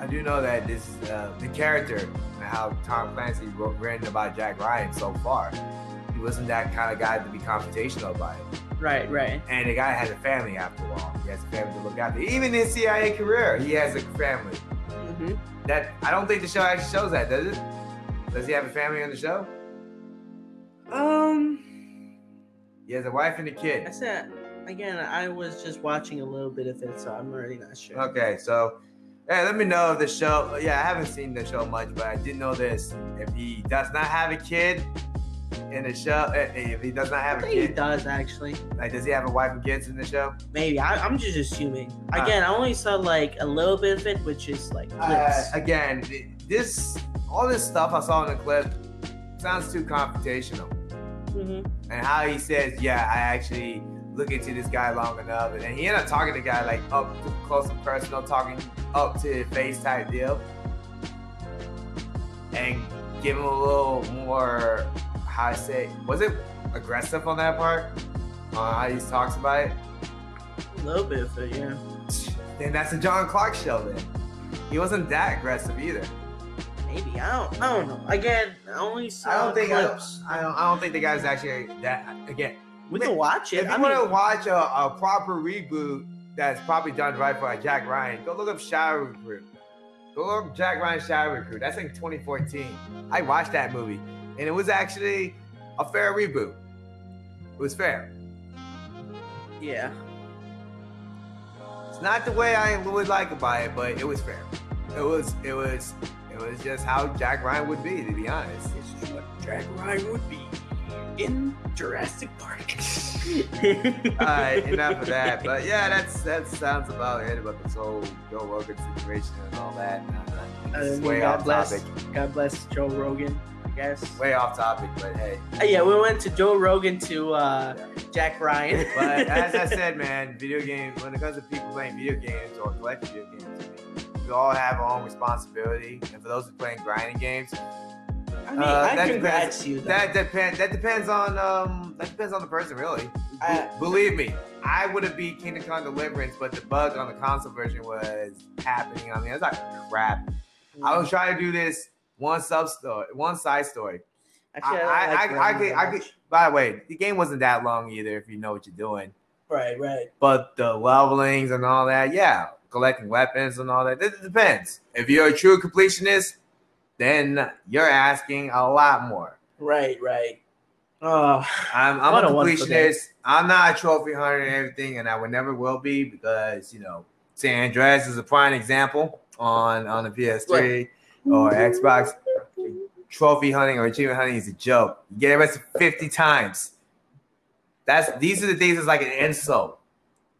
Speaker 1: I do know that this, uh, the character and how Tom Clancy wrote, written about Jack Ryan so far, he wasn't that kind of guy to be confrontational about it.
Speaker 2: Right, right.
Speaker 1: And the guy has a family after all. He has a family to look after. Even in CIA career, he has a family.
Speaker 2: hmm
Speaker 1: That I don't think the show actually shows that, does it? Does he have a family on the show?
Speaker 2: Um,
Speaker 1: He has a wife and a
Speaker 2: I
Speaker 1: kid.
Speaker 2: said again, I was just watching a little bit of it, so I'm really not sure.
Speaker 1: Okay, so hey, let me know if the show. Yeah, I haven't seen the show much, but I did know this: if he does not have a kid in the show, eh, eh, if he does not
Speaker 2: I
Speaker 1: have a
Speaker 2: think he
Speaker 1: kid,
Speaker 2: does actually.
Speaker 1: like does he have a wife and kids in the show?
Speaker 2: Maybe I, I'm just assuming.
Speaker 1: Ah.
Speaker 2: Again, I only saw like a little bit of it, which is like clips.
Speaker 1: uh, again, th- this all this stuff I saw in the clip sounds too confrontational.
Speaker 2: hmm
Speaker 1: and how he says, "Yeah, I actually look into this guy long enough," and then he ended up talking to the guy like up close and personal, talking up to his face type deal, and give him a little more. How I say, was it aggressive on that part? On how he talks about it.
Speaker 2: A little bit of it, yeah.
Speaker 1: Then that's a John Clark show. Then he wasn't that aggressive either.
Speaker 2: Maybe I don't. I don't know. Again, I only saw
Speaker 1: I don't think. I don't,
Speaker 2: clips.
Speaker 1: I don't. I don't think the guy's actually that. Again,
Speaker 2: we can watch it.
Speaker 1: If you
Speaker 2: I mean,
Speaker 1: want to watch a, a proper reboot that's probably done right by Jack Ryan, go look up Shower Recruit. Go look up Jack Ryan Shower Recruit. That's in 2014. I watched that movie, and it was actually a fair reboot. It was fair.
Speaker 2: yeah.
Speaker 1: It's not the way I would like about it, but it was fair. It was. It was. It was just how Jack Ryan would be, to be honest.
Speaker 4: This is what Jack Ryan would be in Jurassic Park.
Speaker 1: <laughs> All right, enough of that.
Speaker 2: <laughs>
Speaker 1: But yeah, that's that sounds about it about this whole Joe Rogan situation and all that. Uh,
Speaker 2: I
Speaker 1: this is
Speaker 2: mean,
Speaker 1: way
Speaker 2: God
Speaker 1: off
Speaker 2: bless.
Speaker 1: topic.
Speaker 2: God bless Joe Rogan. I guess.
Speaker 1: Way off topic, but hey.
Speaker 2: Uh, yeah, we went to Joe Rogan to uh, Jack Ryan.
Speaker 1: But as I said, man, video games. When it comes to people playing video games or collecting video games, we all have our own responsibility. And for those who playing grinding games,
Speaker 2: <laughs> I mean,
Speaker 1: uh,
Speaker 2: I
Speaker 1: that
Speaker 2: congrats you. Though.
Speaker 1: that depends. That depends on um. That depends on the person, really.
Speaker 2: I-
Speaker 1: Believe me, I would have beat Kingdom Come Deliverance, but the bug on the console version was happening on the other side. Crap. I was trying to do this one sub story, one side story. I-
Speaker 2: Actually, don't
Speaker 1: I-
Speaker 2: like
Speaker 1: I- I
Speaker 2: Rams
Speaker 1: could-
Speaker 2: that
Speaker 1: I could-
Speaker 2: much.
Speaker 1: By the way, the game wasn't that long either if you know what you're doing.
Speaker 2: Right, right.
Speaker 1: But the levelings and all that, yeah, collecting weapons and all that, it depends. If you're a true completionist, then you're asking a lot more.
Speaker 2: Right, right. Oh,
Speaker 1: I'm, I'm
Speaker 2: What
Speaker 1: a
Speaker 2: a wonderful day.
Speaker 1: completionist. I'm not a trophy hunter and everything, and I would never will be because you know San Andreas is a prime example on on the PS3 or Oh,
Speaker 2: Mm-hmm.
Speaker 1: Xbox. Trophy hunting or achievement hunting is a joke. You get arrested 50 times. That's these are the things that's like an insult.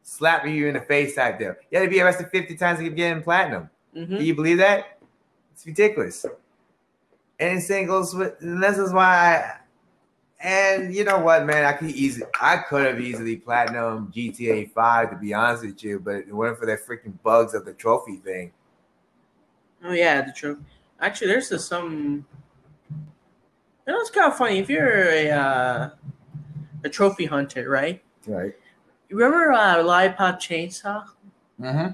Speaker 1: Slapping you in the face type deal. You had to be arrested 50 times to keep getting platinum.
Speaker 2: mhm.
Speaker 1: Do you believe that? It's ridiculous. And it goes with and this is why I and you know what, man, I could easily I could have easily platinum GTA 5 to be honest with you, but it went for the freaking bugs of the trophy thing.
Speaker 2: oh yeah, the truth. Actually, there's just some. You know, it's kind of funny if you're a uh, a trophy hunter, right?
Speaker 1: Right.
Speaker 2: You remember uh, Lollipop Chainsaw?
Speaker 1: Mm-hmm.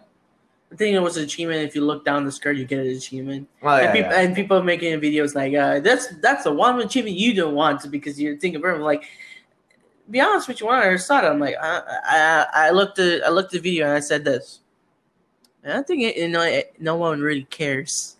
Speaker 2: I think it was an achievement. If you look down the skirt, you get an achievement.
Speaker 1: Oh, yeah,
Speaker 2: and, people,
Speaker 1: yeah.
Speaker 2: and people making videos like uh, that's that's the one achievement you don't want because you're thinking about it, like be honest with you when I saw it I'm like I, I I looked at I looked at the video and I said this I don't think it, you know it, no one really cares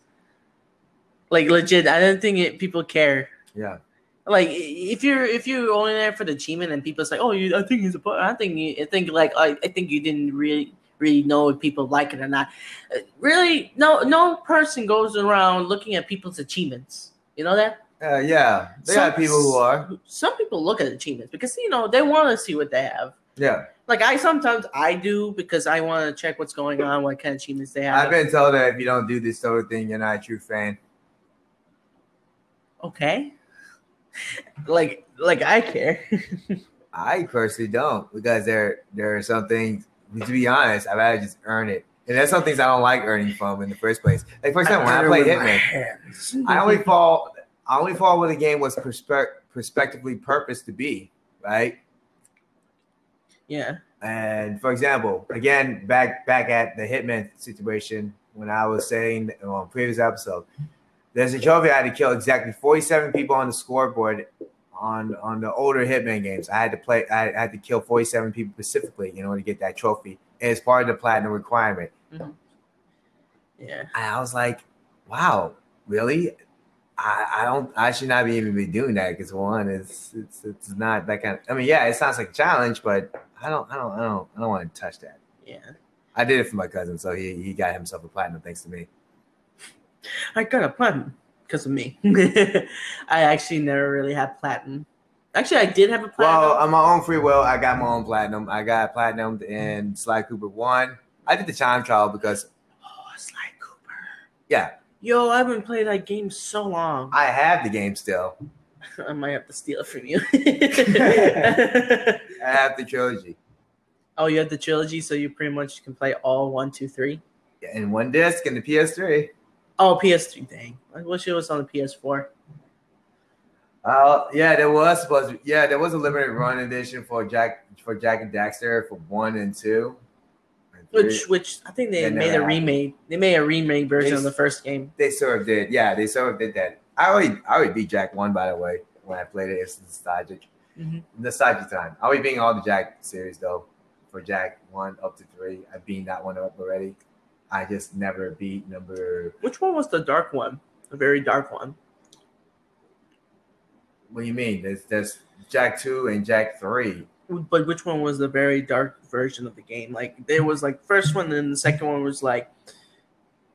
Speaker 2: like legit I don't think it, people care
Speaker 1: Yeah.
Speaker 2: like i- if you're if you're only there for the achievement and people say oh you, I think he's a put I think you, I think like I, I think you didn't really really know if people like it or not Uh, really no no person goes around looking at people's achievements you know that
Speaker 1: Uh, yeah. They
Speaker 2: Some-
Speaker 1: got people who are.
Speaker 2: some people look at achievements because you know they want to see what they have
Speaker 1: Yeah.
Speaker 2: like I sometimes I do because I want to check what's going on what kind of achievements they have
Speaker 1: I've been told that if you don't do this sort of thing, you're not a true fan.
Speaker 2: okay <laughs> like like I care <laughs>
Speaker 1: I personally don't because there there are some things. To be honest, I'd rather just earn it, and there's some things I don't like earning from in the first place. Like for example, when I play Hitman, I only fall I only fall when the game was perspe- prospectively purposed to be right.
Speaker 2: yeah
Speaker 1: And for example, again, back back at the Hitman situation, when I was saying on previous episode, there's a trophy I had to kill exactly 47 people on the scoreboard on on the older Hitman games. I had to play, I I had to kill 47 people specifically in order to get that trophy. It's part of the platinum requirement.
Speaker 2: yeah
Speaker 1: And I was like, wow, really? I, I don't I should not be even be doing that because one, it's it's it's not that kind of I mean, yeah, it sounds like a challenge, but I don't I don't I don't I don't want to touch that.
Speaker 2: yeah
Speaker 1: I did it for my cousin, so he, he got himself a platinum thanks to me.
Speaker 2: I got a platinum because of me. <laughs> I actually never really had platinum. Actually, I did have a platinum.
Speaker 1: Well, uh, on my own free will, I got my own platinum. I got platinum in Sly Cooper one. I did the time trial because
Speaker 2: oh, Sly Cooper.
Speaker 1: Yeah.
Speaker 2: Yo, I haven't played that game so long.
Speaker 1: I have the game still.
Speaker 2: <laughs> I might have to steal
Speaker 1: <laughs>
Speaker 2: it from you. <laughs>
Speaker 1: I have the trilogy
Speaker 2: oh, you had the trilogy, so you pretty much can play all one, two, three.
Speaker 1: in one disc in the PS3.
Speaker 2: Oh, PS3. Dang, I wish it was on the PS4.
Speaker 1: Uh, yeah, there was supposed to. Yeah, there was a limited run edition for Jack for Jack and Daxter for one and two. And three.
Speaker 2: Which, which I think they
Speaker 1: They
Speaker 2: made
Speaker 1: never
Speaker 2: a
Speaker 1: had.
Speaker 2: remake. They made a remake version
Speaker 1: They-
Speaker 2: of the first game.
Speaker 1: they sort of did. Yeah, they sort of did that. I already I already beat Jack one by the way when I played it. It's nostalgic.
Speaker 2: Mhm.
Speaker 1: Nostalgic time. I'll be beating all the Jack series though. For Jack one up to three, I've beaten that one up already. I just never beat number.
Speaker 2: Which one was the dark one? The very dark one.
Speaker 1: What do you mean? There's there's Jack two and Jack three.
Speaker 2: but which one was the very dark version of the game? Like there was like first one, and the second one was like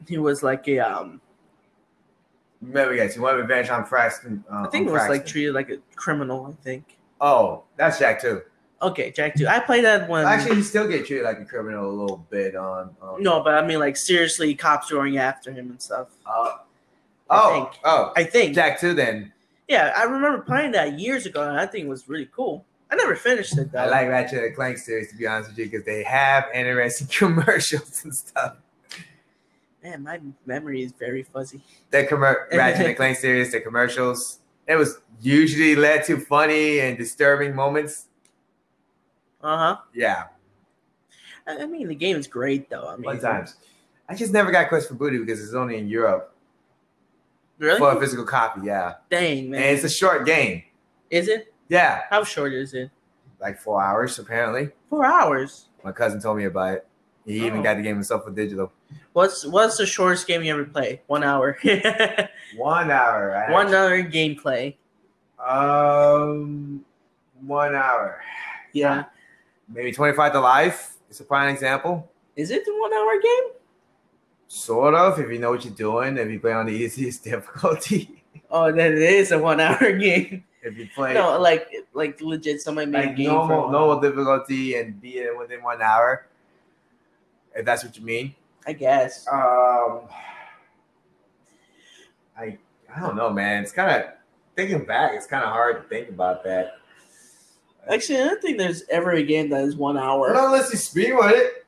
Speaker 2: he was like a um
Speaker 1: Remember, guys, you want revenge on Fraxton? Uh,
Speaker 2: I think
Speaker 1: on
Speaker 2: it was like
Speaker 1: Fraxton.
Speaker 2: treated like a criminal. I think.
Speaker 1: oh, that's Jack two.
Speaker 2: Okay, Jack. Two. I played that one.
Speaker 1: Actually, you still get treated like a criminal a little bit on. um, on
Speaker 2: no, but I mean like seriously, cops going after him and stuff.
Speaker 1: Uh,
Speaker 2: I
Speaker 1: oh,
Speaker 2: think.
Speaker 1: oh,
Speaker 2: I think.
Speaker 1: Jack too. Then
Speaker 2: Yeah, I remember playing that years ago, and I think it was really cool. I never finished it though.
Speaker 1: I like Ratchet and Clank series to be honest with you because they have interesting <laughs> commercials and stuff.
Speaker 2: Man, my memory is very fuzzy.
Speaker 1: The
Speaker 2: <laughs>
Speaker 1: commer- Ratchet and Clank series, the commercials, it was usually led to funny and disturbing moments.
Speaker 2: Uh huh.
Speaker 1: Yeah,
Speaker 2: I, I mean, the game is great though. I mean,
Speaker 1: fun times. I just never got Quest for Booty because it's only in Europe.
Speaker 2: Really?
Speaker 1: for a physical copy. Yeah,
Speaker 2: Dang
Speaker 1: and
Speaker 2: man.
Speaker 1: it's a short game.
Speaker 2: Is it?
Speaker 1: Yeah,
Speaker 2: How short is it?
Speaker 1: like four hours apparently.
Speaker 2: Four hours.
Speaker 1: My cousin told me about it. He even
Speaker 2: Oh.
Speaker 1: got the game himself for digital.
Speaker 2: What's what's the shortest game you ever play? One hour. <laughs>
Speaker 1: One hour. I
Speaker 2: One hour gameplay.
Speaker 1: Um, one hour.
Speaker 2: Yeah.
Speaker 1: Maybe 25 to life. It's a prime example.
Speaker 2: Is it the one hour game?
Speaker 1: Sort of, if you know what you're doing, if you play on the easiest <laughs> difficulty,
Speaker 2: Oh, <laughs> then it is a one hour <laughs> game.
Speaker 1: if you play
Speaker 2: No, like like legit somebody made a
Speaker 1: like
Speaker 2: game
Speaker 1: normal,
Speaker 2: for
Speaker 1: normal difficulty and be it within one hour, if that's what you mean.
Speaker 2: I guess.
Speaker 1: Um, I I don't know, man. It's kind of thinking back. It's kind of hard to think about that.
Speaker 2: Actually, I don't think there's ever a game that is one hour.
Speaker 1: Well, unless you speedrun it.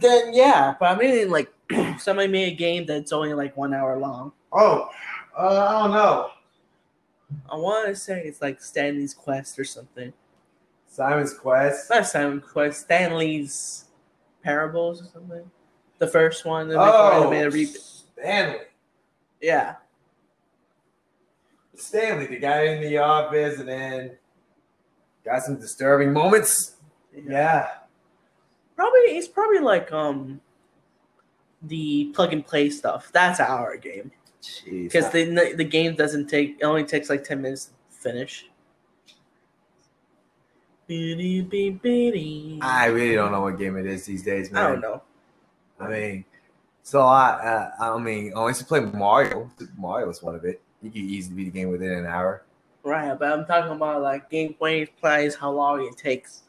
Speaker 2: Then yeah, but I mean like <clears throat> somebody made a game that's only like one hour long.
Speaker 1: Oh, uh, I don't know.
Speaker 2: I want to say it's like Stanley's Quest or something.
Speaker 1: Simon's Quest.
Speaker 2: It's not Stanley's Quest. Stanley's Parables or something. The first one. They
Speaker 1: Oh,
Speaker 2: made a re-
Speaker 1: Stanley.
Speaker 2: yeah.
Speaker 1: Stanley, the guy in the office, and then got some disturbing moments. Yeah.
Speaker 2: Probably it's probably like um the plug and play stuff. That's an hour game
Speaker 1: Jeez.
Speaker 2: because the the game doesn't take. It only takes like ten minutes to finish. Biddy, biddy, biddy.
Speaker 1: I really don't know what game it is these days, man.
Speaker 2: I don't know.
Speaker 1: I mean, so I, uh, I mean, I used to play Mario. Mario was one of it. You could easily beat the game within an hour.
Speaker 2: Right, but I'm talking about like game plays plays how long it takes.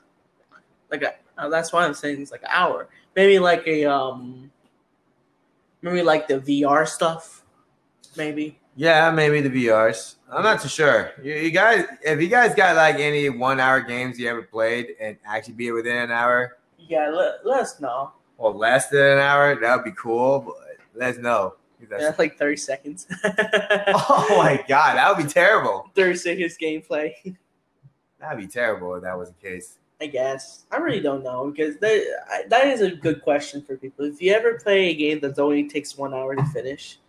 Speaker 2: Like a, uh, that's why I'm saying it's like an hour. Maybe like a um, maybe like the VR stuff. Maybe
Speaker 1: Yeah, maybe the VRs. I'm not too sure. You, you guys, if you guys got like any one-hour games you ever played and actually beat it within an hour,
Speaker 2: yeah. Let, let us know.
Speaker 1: or less than an hour, that would be cool. But let us know.
Speaker 2: Yeah, That's like thirty
Speaker 1: <laughs>
Speaker 2: seconds.
Speaker 1: oh my god, that would be terrible.
Speaker 2: thirty seconds gameplay.
Speaker 1: That'd be terrible if that was the case.
Speaker 2: I guess I really don't know because that I- that is a good question for people. If you ever play a game that only takes one hour to finish,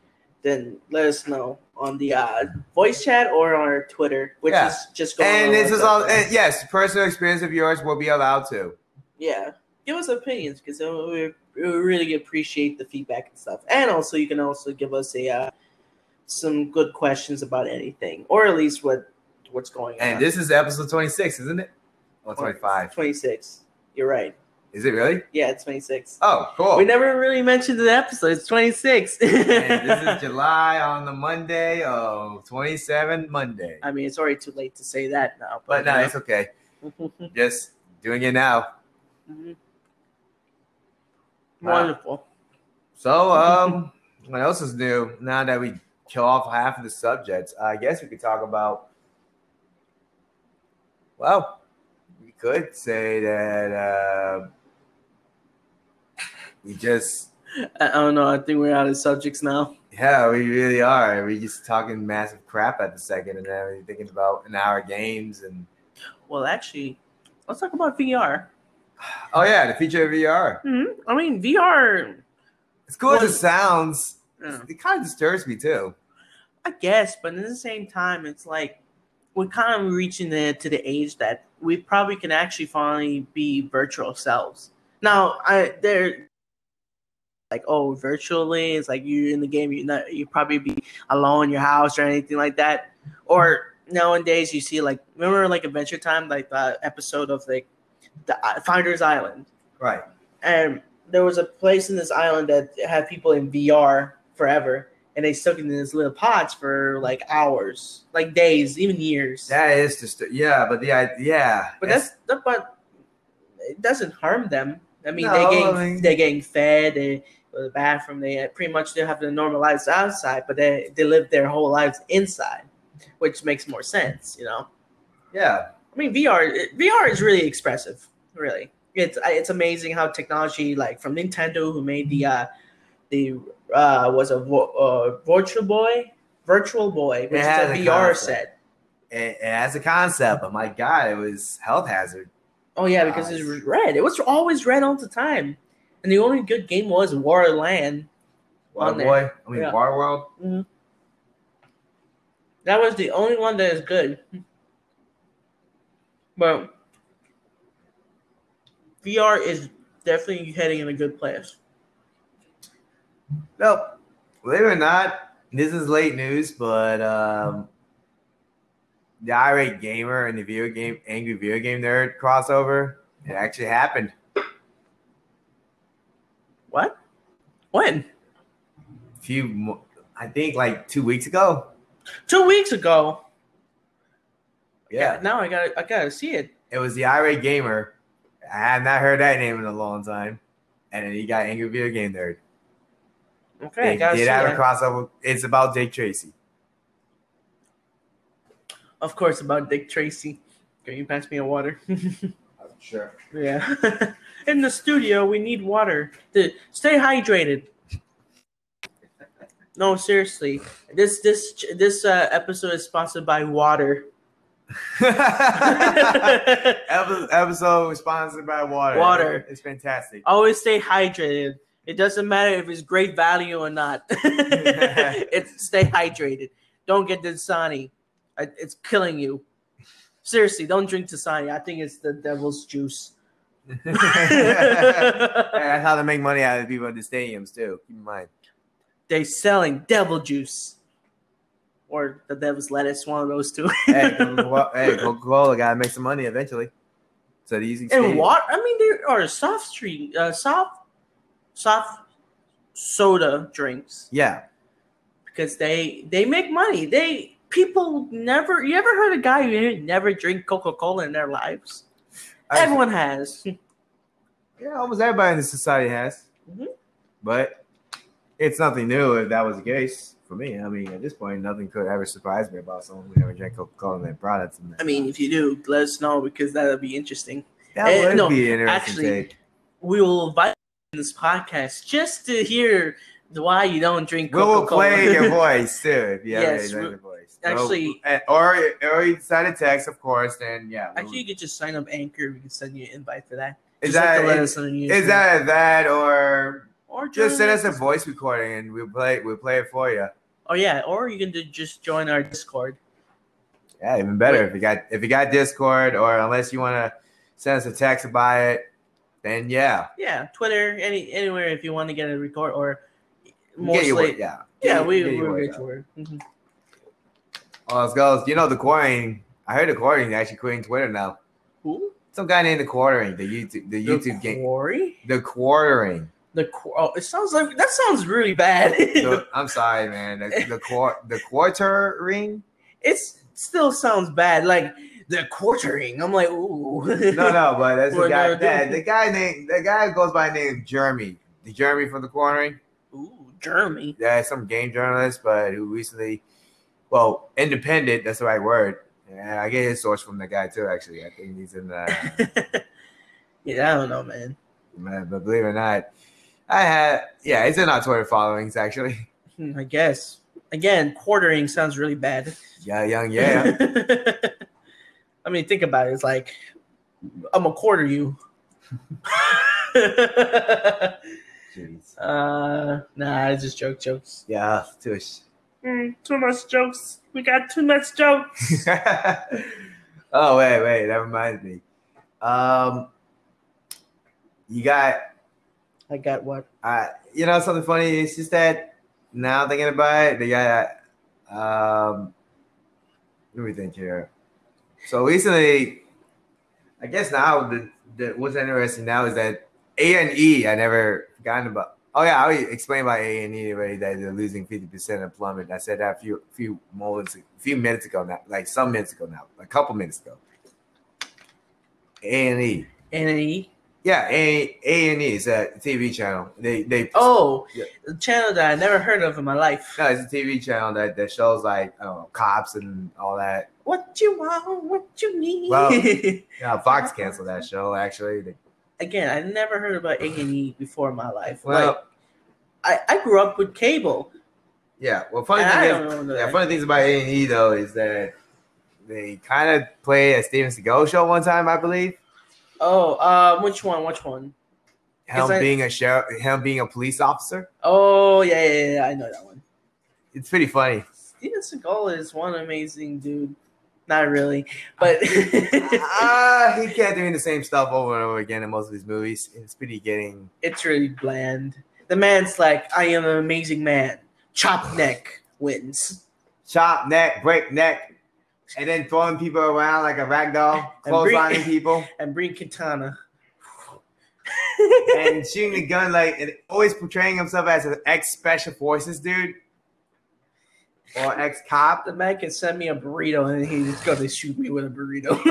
Speaker 2: then let us know on the uh, voice chat or on our Twitter, which
Speaker 1: Yeah.
Speaker 2: is just going.
Speaker 1: And
Speaker 2: on
Speaker 1: this
Speaker 2: with
Speaker 1: is
Speaker 2: us.
Speaker 1: all. And yes, personal experience of yours will be allowed to.
Speaker 2: yeah, give us opinions because we, we really appreciate the feedback and stuff. And also, you can also give us a uh, some good questions about anything, or at least what what's going on.
Speaker 1: And this is episode 26, isn't it? Or 25.
Speaker 2: twenty six. You're right.
Speaker 1: Is it really?
Speaker 2: Yeah, it's twenty six.
Speaker 1: Oh, cool.
Speaker 2: We never really mentioned the episode. It's 26.
Speaker 1: and
Speaker 2: <laughs>
Speaker 1: this is July on the Monday of 27 Monday.
Speaker 2: I mean, it's already too late to say that now.
Speaker 1: But no, it's okay. Just doing it now.
Speaker 2: Mhm.
Speaker 1: Wow.
Speaker 2: <laughs> Wonderful.
Speaker 1: So, um, what else is new now that we kill off half of the subjects? I guess we could talk about. Well, we could say that uh, we just
Speaker 2: I I don't know. I think we're out of subjects now.
Speaker 1: yeah we really are we just talking massive crap at the second and then we're thinking about an hour games and
Speaker 2: Well, actually, let's talk about VR.
Speaker 1: oh yeah the feature of VR
Speaker 2: hmm I mean, VR,
Speaker 1: it's cool as it
Speaker 2: Well-
Speaker 1: sounds
Speaker 2: uh,
Speaker 1: it kind of disturbs me too
Speaker 2: I guess, but at the same time, it's like we're kind of reaching the, to the age that we probably can actually finally be virtual selves. Now, I there like oh virtually it's like you're in the game you're not you probably be alone in your house or anything like that or nowadays you see like remember like adventure time like the episode of like the I- finders island
Speaker 1: right
Speaker 2: and there was a place in this island that had people in VR forever, and they stuck in these little pods for like hours, like days, even years.
Speaker 1: that is just yeah but the idea yeah
Speaker 2: but
Speaker 1: it's-
Speaker 2: that's that, but it doesn't harm them. I mean,
Speaker 1: No,
Speaker 2: they're getting
Speaker 1: I mean-
Speaker 2: they're getting fed, they go to the bathroom, they pretty much they have their normal lives outside, but they they live their whole lives inside, which makes more sense, you know.
Speaker 1: yeah
Speaker 2: I mean, VR it- VR is really expressive. Really, it's I- it's amazing how technology, like from Nintendo, who made the uh, the uh, was a vo- uh, Virtual Boy, Virtual Boy, which
Speaker 1: Yeah, the
Speaker 2: is a VR
Speaker 1: concept.
Speaker 2: set.
Speaker 1: it, it has a concept, but my God, it was health hazard.
Speaker 2: Oh yeah, because it's
Speaker 1: Nice.
Speaker 2: red. It was always red all the time, and the only good game was Warland.
Speaker 1: Water
Speaker 2: On there.
Speaker 1: boy, I mean
Speaker 2: Yeah.
Speaker 1: Water World.
Speaker 2: Mhm. That was the only one that is good. But VR is definitely heading in a good place.
Speaker 1: Nope. Believe it or not, this is late news, but um, the irate gamer and the video game angry video game nerd crossover it actually happened.
Speaker 2: What? When?
Speaker 1: A few, mo- I think, like two weeks ago.
Speaker 2: Two weeks ago.
Speaker 1: Yeah,
Speaker 2: Now I gotta I gotta see it.
Speaker 1: it was the irate gamer. I had not heard that name in a long time, and then he got angry video game nerd.
Speaker 2: Okay, I
Speaker 1: They
Speaker 2: gotta see
Speaker 1: did have
Speaker 2: that.
Speaker 1: a crossover. It's about Jake Tracy.
Speaker 2: of course about Dick Tracy. Can you pass me a water? <laughs>
Speaker 1: Sure.
Speaker 2: yeah. <laughs> in the studio, we need water to stay hydrated. No, seriously. This this this uh, episode is sponsored by water. <laughs>
Speaker 1: Epi- <laughs> episode was sponsored by water.
Speaker 2: Water.
Speaker 1: It's fantastic. <laughs>
Speaker 2: Always stay hydrated. It doesn't matter if it's great value or not. <laughs> it's stay hydrated. Don't get Dasani. I- It's killing you. Seriously, don't drink Dasani. I think it's the devil's juice.
Speaker 1: that's how they make money out of people at the stadiums too. Keep in mind.
Speaker 2: They're selling devil juice or the devil's lettuce, one of those two.
Speaker 1: Hey,
Speaker 2: <laughs>
Speaker 1: Coca-Cola, <laughs> hey, Coca-Cola gotta make some money eventually. So these
Speaker 2: and water. I mean, there are soft drink, uh, soft, soft soda drinks.
Speaker 1: Yeah,
Speaker 2: because they they make money. They people never. You ever heard a guy who never drink Coca Cola in their lives?
Speaker 1: I-
Speaker 2: Everyone has.
Speaker 1: yeah, almost everybody in the society has.
Speaker 2: Mhm.
Speaker 1: But it's nothing new if that was the case for me. I mean, at this point, nothing could ever surprise me about someone who never drank Coca-Cola in their products. And
Speaker 2: <laughs> I mean, if you do, let us know because that'll be interesting.
Speaker 1: that
Speaker 2: eh,
Speaker 1: would
Speaker 2: no,
Speaker 1: be an interesting
Speaker 2: actually,
Speaker 1: take.
Speaker 2: We will invite you in this podcast just to hear why you don't drink
Speaker 1: We will
Speaker 2: Coca Cola.
Speaker 1: play
Speaker 2: <laughs>
Speaker 1: your voice too if you have
Speaker 2: Yes,
Speaker 1: any
Speaker 2: we-
Speaker 1: your voice.
Speaker 2: actually-
Speaker 1: oh, eh, or or you decide to text, of course. Then yeah, we-
Speaker 2: Actually, you could just sign up Anchor. We can send you an invite for that.
Speaker 1: is
Speaker 2: Just have
Speaker 1: that
Speaker 2: to let
Speaker 1: is,
Speaker 2: us know you- Mm.
Speaker 1: is that that or
Speaker 2: or
Speaker 1: just
Speaker 2: join
Speaker 1: send us a
Speaker 2: us-
Speaker 1: voice recording and we'll play we'll play it for you.
Speaker 2: Oh yeah, or you can do, just join our Discord.
Speaker 1: Yeah, even better if you got if you got Discord or unless you want to send us a text about it, then yeah,
Speaker 2: Yeah, Twitter, any anywhere if you want to get a record or
Speaker 1: You get
Speaker 2: mostly.
Speaker 1: your word- yeah,
Speaker 2: Yeah,
Speaker 1: Get-
Speaker 2: we
Speaker 1: get your
Speaker 2: we're
Speaker 1: word
Speaker 2: good to
Speaker 1: out.
Speaker 2: work. Mhm.
Speaker 1: Oh, let's go. You know the quarantine. I heard the quarantine actually quitting Twitter now.
Speaker 2: Who?
Speaker 1: Some guy named the quartering, the YouTube the YouTube
Speaker 2: the
Speaker 1: game,
Speaker 2: Quarry?
Speaker 1: the quartering.
Speaker 2: The qu- oh, it sounds like that sounds really bad. <laughs>
Speaker 1: The- I'm sorry, man. The the, quar- the quartering.
Speaker 2: it's still sounds bad. Like the quartering. I'm like, ooh.
Speaker 1: No, no, but that's the
Speaker 2: Well,
Speaker 1: guy.
Speaker 2: no,
Speaker 1: that-
Speaker 2: dude.
Speaker 1: the guy named the guy goes by the name Jeremy. The Jeremy from the quartering.
Speaker 2: <laughs> Ooh, Jeremy. <laughs>
Speaker 1: yeah, some game journalist, but who recently, well, independent. That's the right word. Yeah, I get his source from the guy too. Actually, I think he's in uh, the.
Speaker 2: yeah, I don't know, man.
Speaker 1: man, but believe it or not, I had yeah, it's in our Twitter followings actually. <laughs>
Speaker 2: Hmm, I guess. Again, quartering sounds really bad.
Speaker 1: Yeah, young, yeah.
Speaker 2: <laughs> I mean, think about it. It's like I'm gonna quarter you. <laughs>
Speaker 1: Jeez.
Speaker 2: uh, nah, I just joke jokes.
Speaker 1: Yeah, tush.
Speaker 2: Mm, too much jokes. We got too much jokes.
Speaker 1: <laughs> oh wait, wait, that reminds me. Um, you got
Speaker 2: I got what?
Speaker 1: Uh, you know something funny? It's just that now thinking about it, they got um, let me think here. So recently, I guess now the, the what's interesting now is that A and E I never forgotten about. Oh yeah, I already explained about A and E already that they're losing fifty percent of plummet. I said that a few few moments, a few minutes ago now, like some minutes ago now, a couple minutes ago. A and E.
Speaker 2: NAE.
Speaker 1: Yeah, A A and E is a TV channel. They they
Speaker 2: Oh,
Speaker 1: Yeah.
Speaker 2: the channel that I never heard of in my life.
Speaker 1: No, it's a TV channel that, that shows like I don't know, cops and all that.
Speaker 2: What you want? What you need?
Speaker 1: Well- Yeah, Fox canceled that show actually. They-
Speaker 2: <laughs> Again, I never heard about A and E before in my life.
Speaker 1: well,
Speaker 2: like, I, I grew up with cable.
Speaker 1: yeah. Well, funny
Speaker 2: and I
Speaker 1: thing
Speaker 2: don't
Speaker 1: is,
Speaker 2: know
Speaker 1: yeah,
Speaker 2: that.
Speaker 1: funny things about A and E though is that they kind of played a Steven Seagal show one time, I believe.
Speaker 2: Oh, uh, which one? Which one?
Speaker 1: Him
Speaker 2: that-
Speaker 1: being a sheriff, him being a police officer.
Speaker 2: Oh, yeah, yeah, yeah. I know that one. <laughs>
Speaker 1: It's pretty funny.
Speaker 2: Steven Seagal is one amazing dude. Not really, but
Speaker 1: Ah, he kept doing the same stuff over and over again in most of his movies. It's pretty getting.
Speaker 2: it's really bland. The man's like, I am an amazing man. Chop neck wins.
Speaker 1: chop neck, break neck, and then throwing people around like a rag doll,
Speaker 2: And breathe-
Speaker 1: clotheslining people,
Speaker 2: And bring katana.
Speaker 1: and shooting the gun like and always portraying himself as an ex special forces dude or ex cop.
Speaker 2: the man can send me a burrito and he's gonna shoot me with a burrito.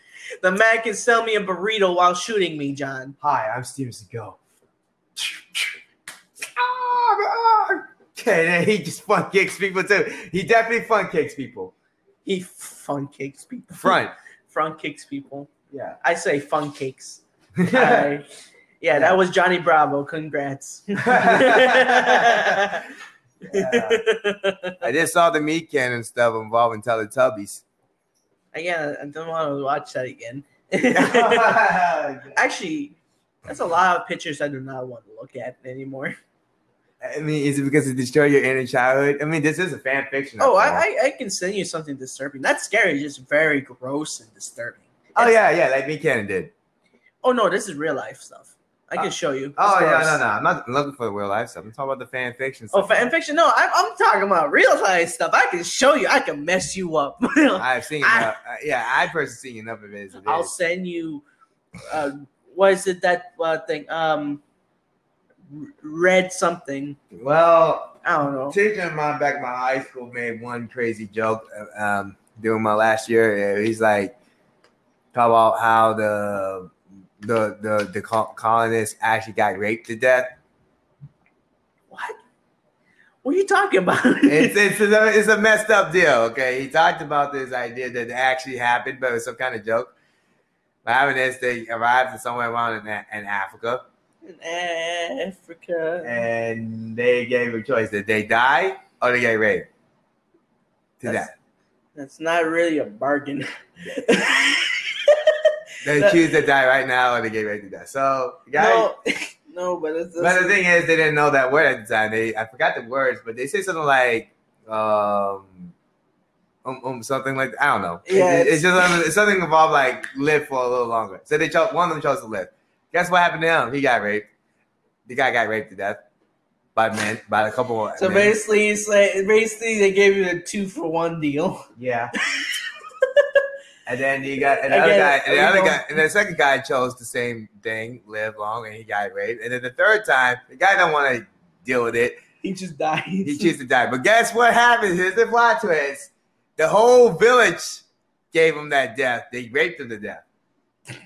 Speaker 2: <laughs> the man can sell me a burrito while shooting me, John.
Speaker 1: Hi, I'm Steven Seagal. Ah, ah. Okay, then he just fun kicks people too. He definitely fun kicks people.
Speaker 2: He fun kicks people.
Speaker 1: Front,
Speaker 2: <laughs> Front kicks people.
Speaker 1: yeah.
Speaker 2: I say fun kicks. I- yeah, that was Johnny Bravo. Congrats. <laughs>
Speaker 1: Yeah. <laughs> I just saw the meat cannon stuff involving Teletubbies. <laughs>
Speaker 2: Again, I don't want to watch that again.
Speaker 1: I
Speaker 2: Actually, that's a lot of pictures I do not want to look at anymore.
Speaker 1: mean, is it because it destroyed your inner childhood? I mean, this is a fan fiction.
Speaker 2: Oh,
Speaker 1: after all.
Speaker 2: I, I, I can send you something disturbing. Not scary, just very gross and disturbing.
Speaker 1: Oh yeah, yeah, like meat cannon did.
Speaker 2: Oh no, this is real life stuff. I can show you.
Speaker 1: Oh
Speaker 2: It's
Speaker 1: yeah,
Speaker 2: gross.
Speaker 1: no, no, I'm not looking for the real life stuff. I'm talking about the fan fiction.
Speaker 2: Oh,
Speaker 1: Stuff.
Speaker 2: fan fiction? No, I, I'm talking about real life stuff. I can show you. I can mess you up. <laughs>
Speaker 1: I've seen.
Speaker 2: I-
Speaker 1: enough. uh, yeah, I've personally seen enough of it. As it
Speaker 2: I'll
Speaker 1: is.
Speaker 2: send you. Uh, what is it that uh, thing? Um, r- red something.
Speaker 1: Well,
Speaker 2: I don't know.
Speaker 1: teacher of mine back in my high school made one crazy joke uh, um, during my last year. Uh, He's like, talk about how the the the the col- colonists actually got raped to death.
Speaker 2: What? What are you talking
Speaker 1: <laughs>
Speaker 2: about?
Speaker 1: it's, it's, a, it's a messed up deal. Okay, he talked about this idea that it actually happened, but it was some kind of joke. What happened is they arrived in somewhere around in, A- in Africa,
Speaker 2: In Africa.
Speaker 1: and they gave a choice: did they die or they get raped? To
Speaker 2: That's-
Speaker 1: that,
Speaker 2: That's not really
Speaker 1: <laughs>
Speaker 2: a bargain.
Speaker 1: they
Speaker 2: that-
Speaker 1: choose to die right now or they get raped to death. So, guys.
Speaker 2: no, <laughs> no, but it's.
Speaker 1: But the thing is, they didn't know that word at the time. They I forgot the words, but they say something like, um, um, um, something like I don't know. It-
Speaker 2: Yeah,
Speaker 1: it- it's
Speaker 2: it's-
Speaker 1: just something- it's something involved like live for a little longer. So they chose one of them chose to live. Guess what happened to him? He got raped. The guy got raped to death by men by a couple. of
Speaker 2: So
Speaker 1: men.
Speaker 2: basically, it's like basically they gave you a two for one deal. <laughs>
Speaker 1: yeah. And then you got and the other
Speaker 2: Again,
Speaker 1: guy, and the
Speaker 2: we
Speaker 1: other
Speaker 2: don't-
Speaker 1: guy, and the second guy chose the same thing, live long, and he got raped. And then the third time, the guy don't want to deal with it.
Speaker 2: He just died.
Speaker 1: He chooses to die. But guess what happens? Here's the plot twist. The whole village gave him that death. They raped him to death.
Speaker 2: <laughs>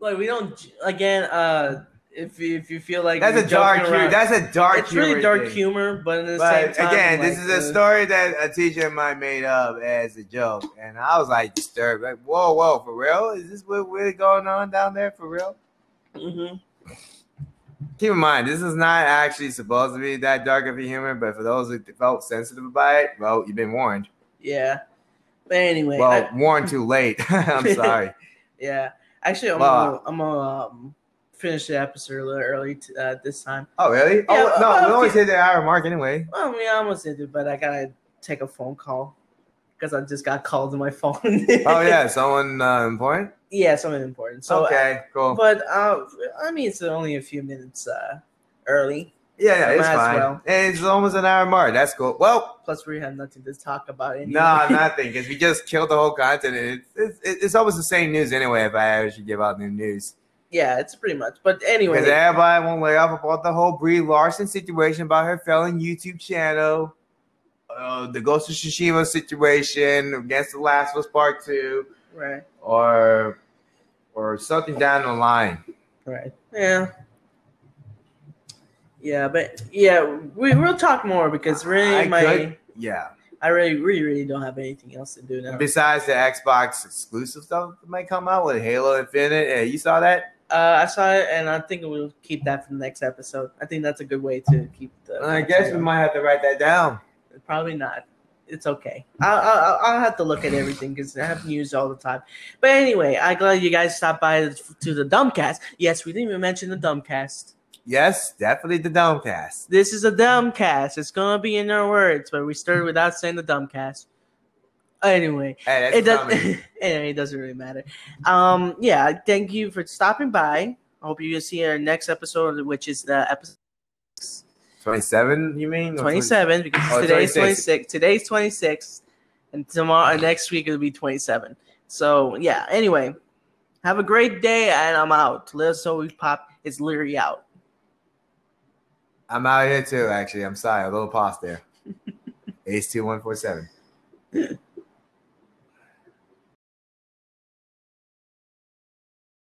Speaker 2: like we don't again. Uh, if you, if you feel like
Speaker 1: That's
Speaker 2: we're
Speaker 1: a dark
Speaker 2: joking
Speaker 1: humor.
Speaker 2: around-
Speaker 1: That's a dark
Speaker 2: it's really
Speaker 1: humor
Speaker 2: dark
Speaker 1: thing.
Speaker 2: humor, but at the same
Speaker 1: But
Speaker 2: time,
Speaker 1: again,
Speaker 2: like,
Speaker 1: this is a
Speaker 2: uh,
Speaker 1: story that a teacher of mine made up as a joke. And I was like disturbed. Like, whoa, whoa, for real? Is this what really going on down there for real?
Speaker 2: mhm.
Speaker 1: Keep in mind, this is not actually supposed to be that dark of a humor, but for those who felt sensitive by it, well, you've been warned.
Speaker 2: Yeah. But anyway,
Speaker 1: Well,
Speaker 2: I-
Speaker 1: warned too late. <laughs>
Speaker 2: <laughs>
Speaker 1: I'm sorry.
Speaker 2: yeah. Actually, I'm
Speaker 1: Well,
Speaker 2: gonna, I'm gonna um, finish the episode a little early t- uh, this time.
Speaker 1: Oh really?
Speaker 2: Yeah,
Speaker 1: oh no,
Speaker 2: well,
Speaker 1: we always
Speaker 2: okay.
Speaker 1: hit the hour mark anyway.
Speaker 2: Well, I mean, I almost did it, but I gotta take a phone call because I just got called to my <laughs> phone.
Speaker 1: Oh
Speaker 2: <laughs>
Speaker 1: yeah, someone uh, important.
Speaker 2: yeah, something important. So uh,
Speaker 1: okay, cool.
Speaker 2: But uh, I mean, it's only a few minutes uh, early.
Speaker 1: yeah, yeah, it's
Speaker 2: might as
Speaker 1: fine.
Speaker 2: well.
Speaker 1: It's almost an hour mark. That's cool.
Speaker 2: <laughs>
Speaker 1: Well,
Speaker 2: Plus, we have nothing to talk about. Anyway.
Speaker 1: no, nothing, because we just killed the whole content. And it's, it's it's always the same news anyway. If I ever should give out new news,
Speaker 2: <laughs> yeah, it's pretty much. But
Speaker 1: because
Speaker 2: anyway,
Speaker 1: everybody won't lay off about the whole Brie Larson situation about her failing YouTube channel, uh, the Ghost of Tsushima situation against the Last of Us Part Two,
Speaker 2: right,
Speaker 1: or or something down the line.
Speaker 2: right, yeah, yeah. But yeah, we will talk more because really,
Speaker 1: I
Speaker 2: my
Speaker 1: could- Yeah.
Speaker 2: I really, really, really don't have anything else to do now.
Speaker 1: Besides the Xbox exclusive stuff that might come out with Halo Infinite, yeah, you saw that?
Speaker 2: Uh, I saw it, and I think we'll keep that for the next episode. I think that's a good way to keep. The,
Speaker 1: Uh, I guess we might have to write that down.
Speaker 2: Probably not. It's okay. I'll, I'll, I'll have to look at everything because I have news all the time. But anyway, I'm glad you guys stopped by to the Dumbcast. Yes, we didn't even mention the Dumbcast.
Speaker 1: Yes, definitely the Domecast.
Speaker 2: This is a dumb cast. It's gonna be in their words, but we started without saying the dumb cast. Anyway,
Speaker 1: Hey, that's
Speaker 2: it does. <laughs>
Speaker 1: comedy.
Speaker 2: anyway, it doesn't really matter. Um, yeah, thank you for stopping by. I hope you can see our next episode, which is the episode
Speaker 1: 27, you mean? Or
Speaker 2: 27, because
Speaker 1: Oh, 26.
Speaker 2: today's 26. Today's 26, and tomorrow and next week it'll be 27. So yeah. Anyway, have a great day, and I'm out. Let us know we pop. It's Leary out.
Speaker 1: <laughs> I'm out here too, actually. I'm sorry. A little pause there. Ace 2147.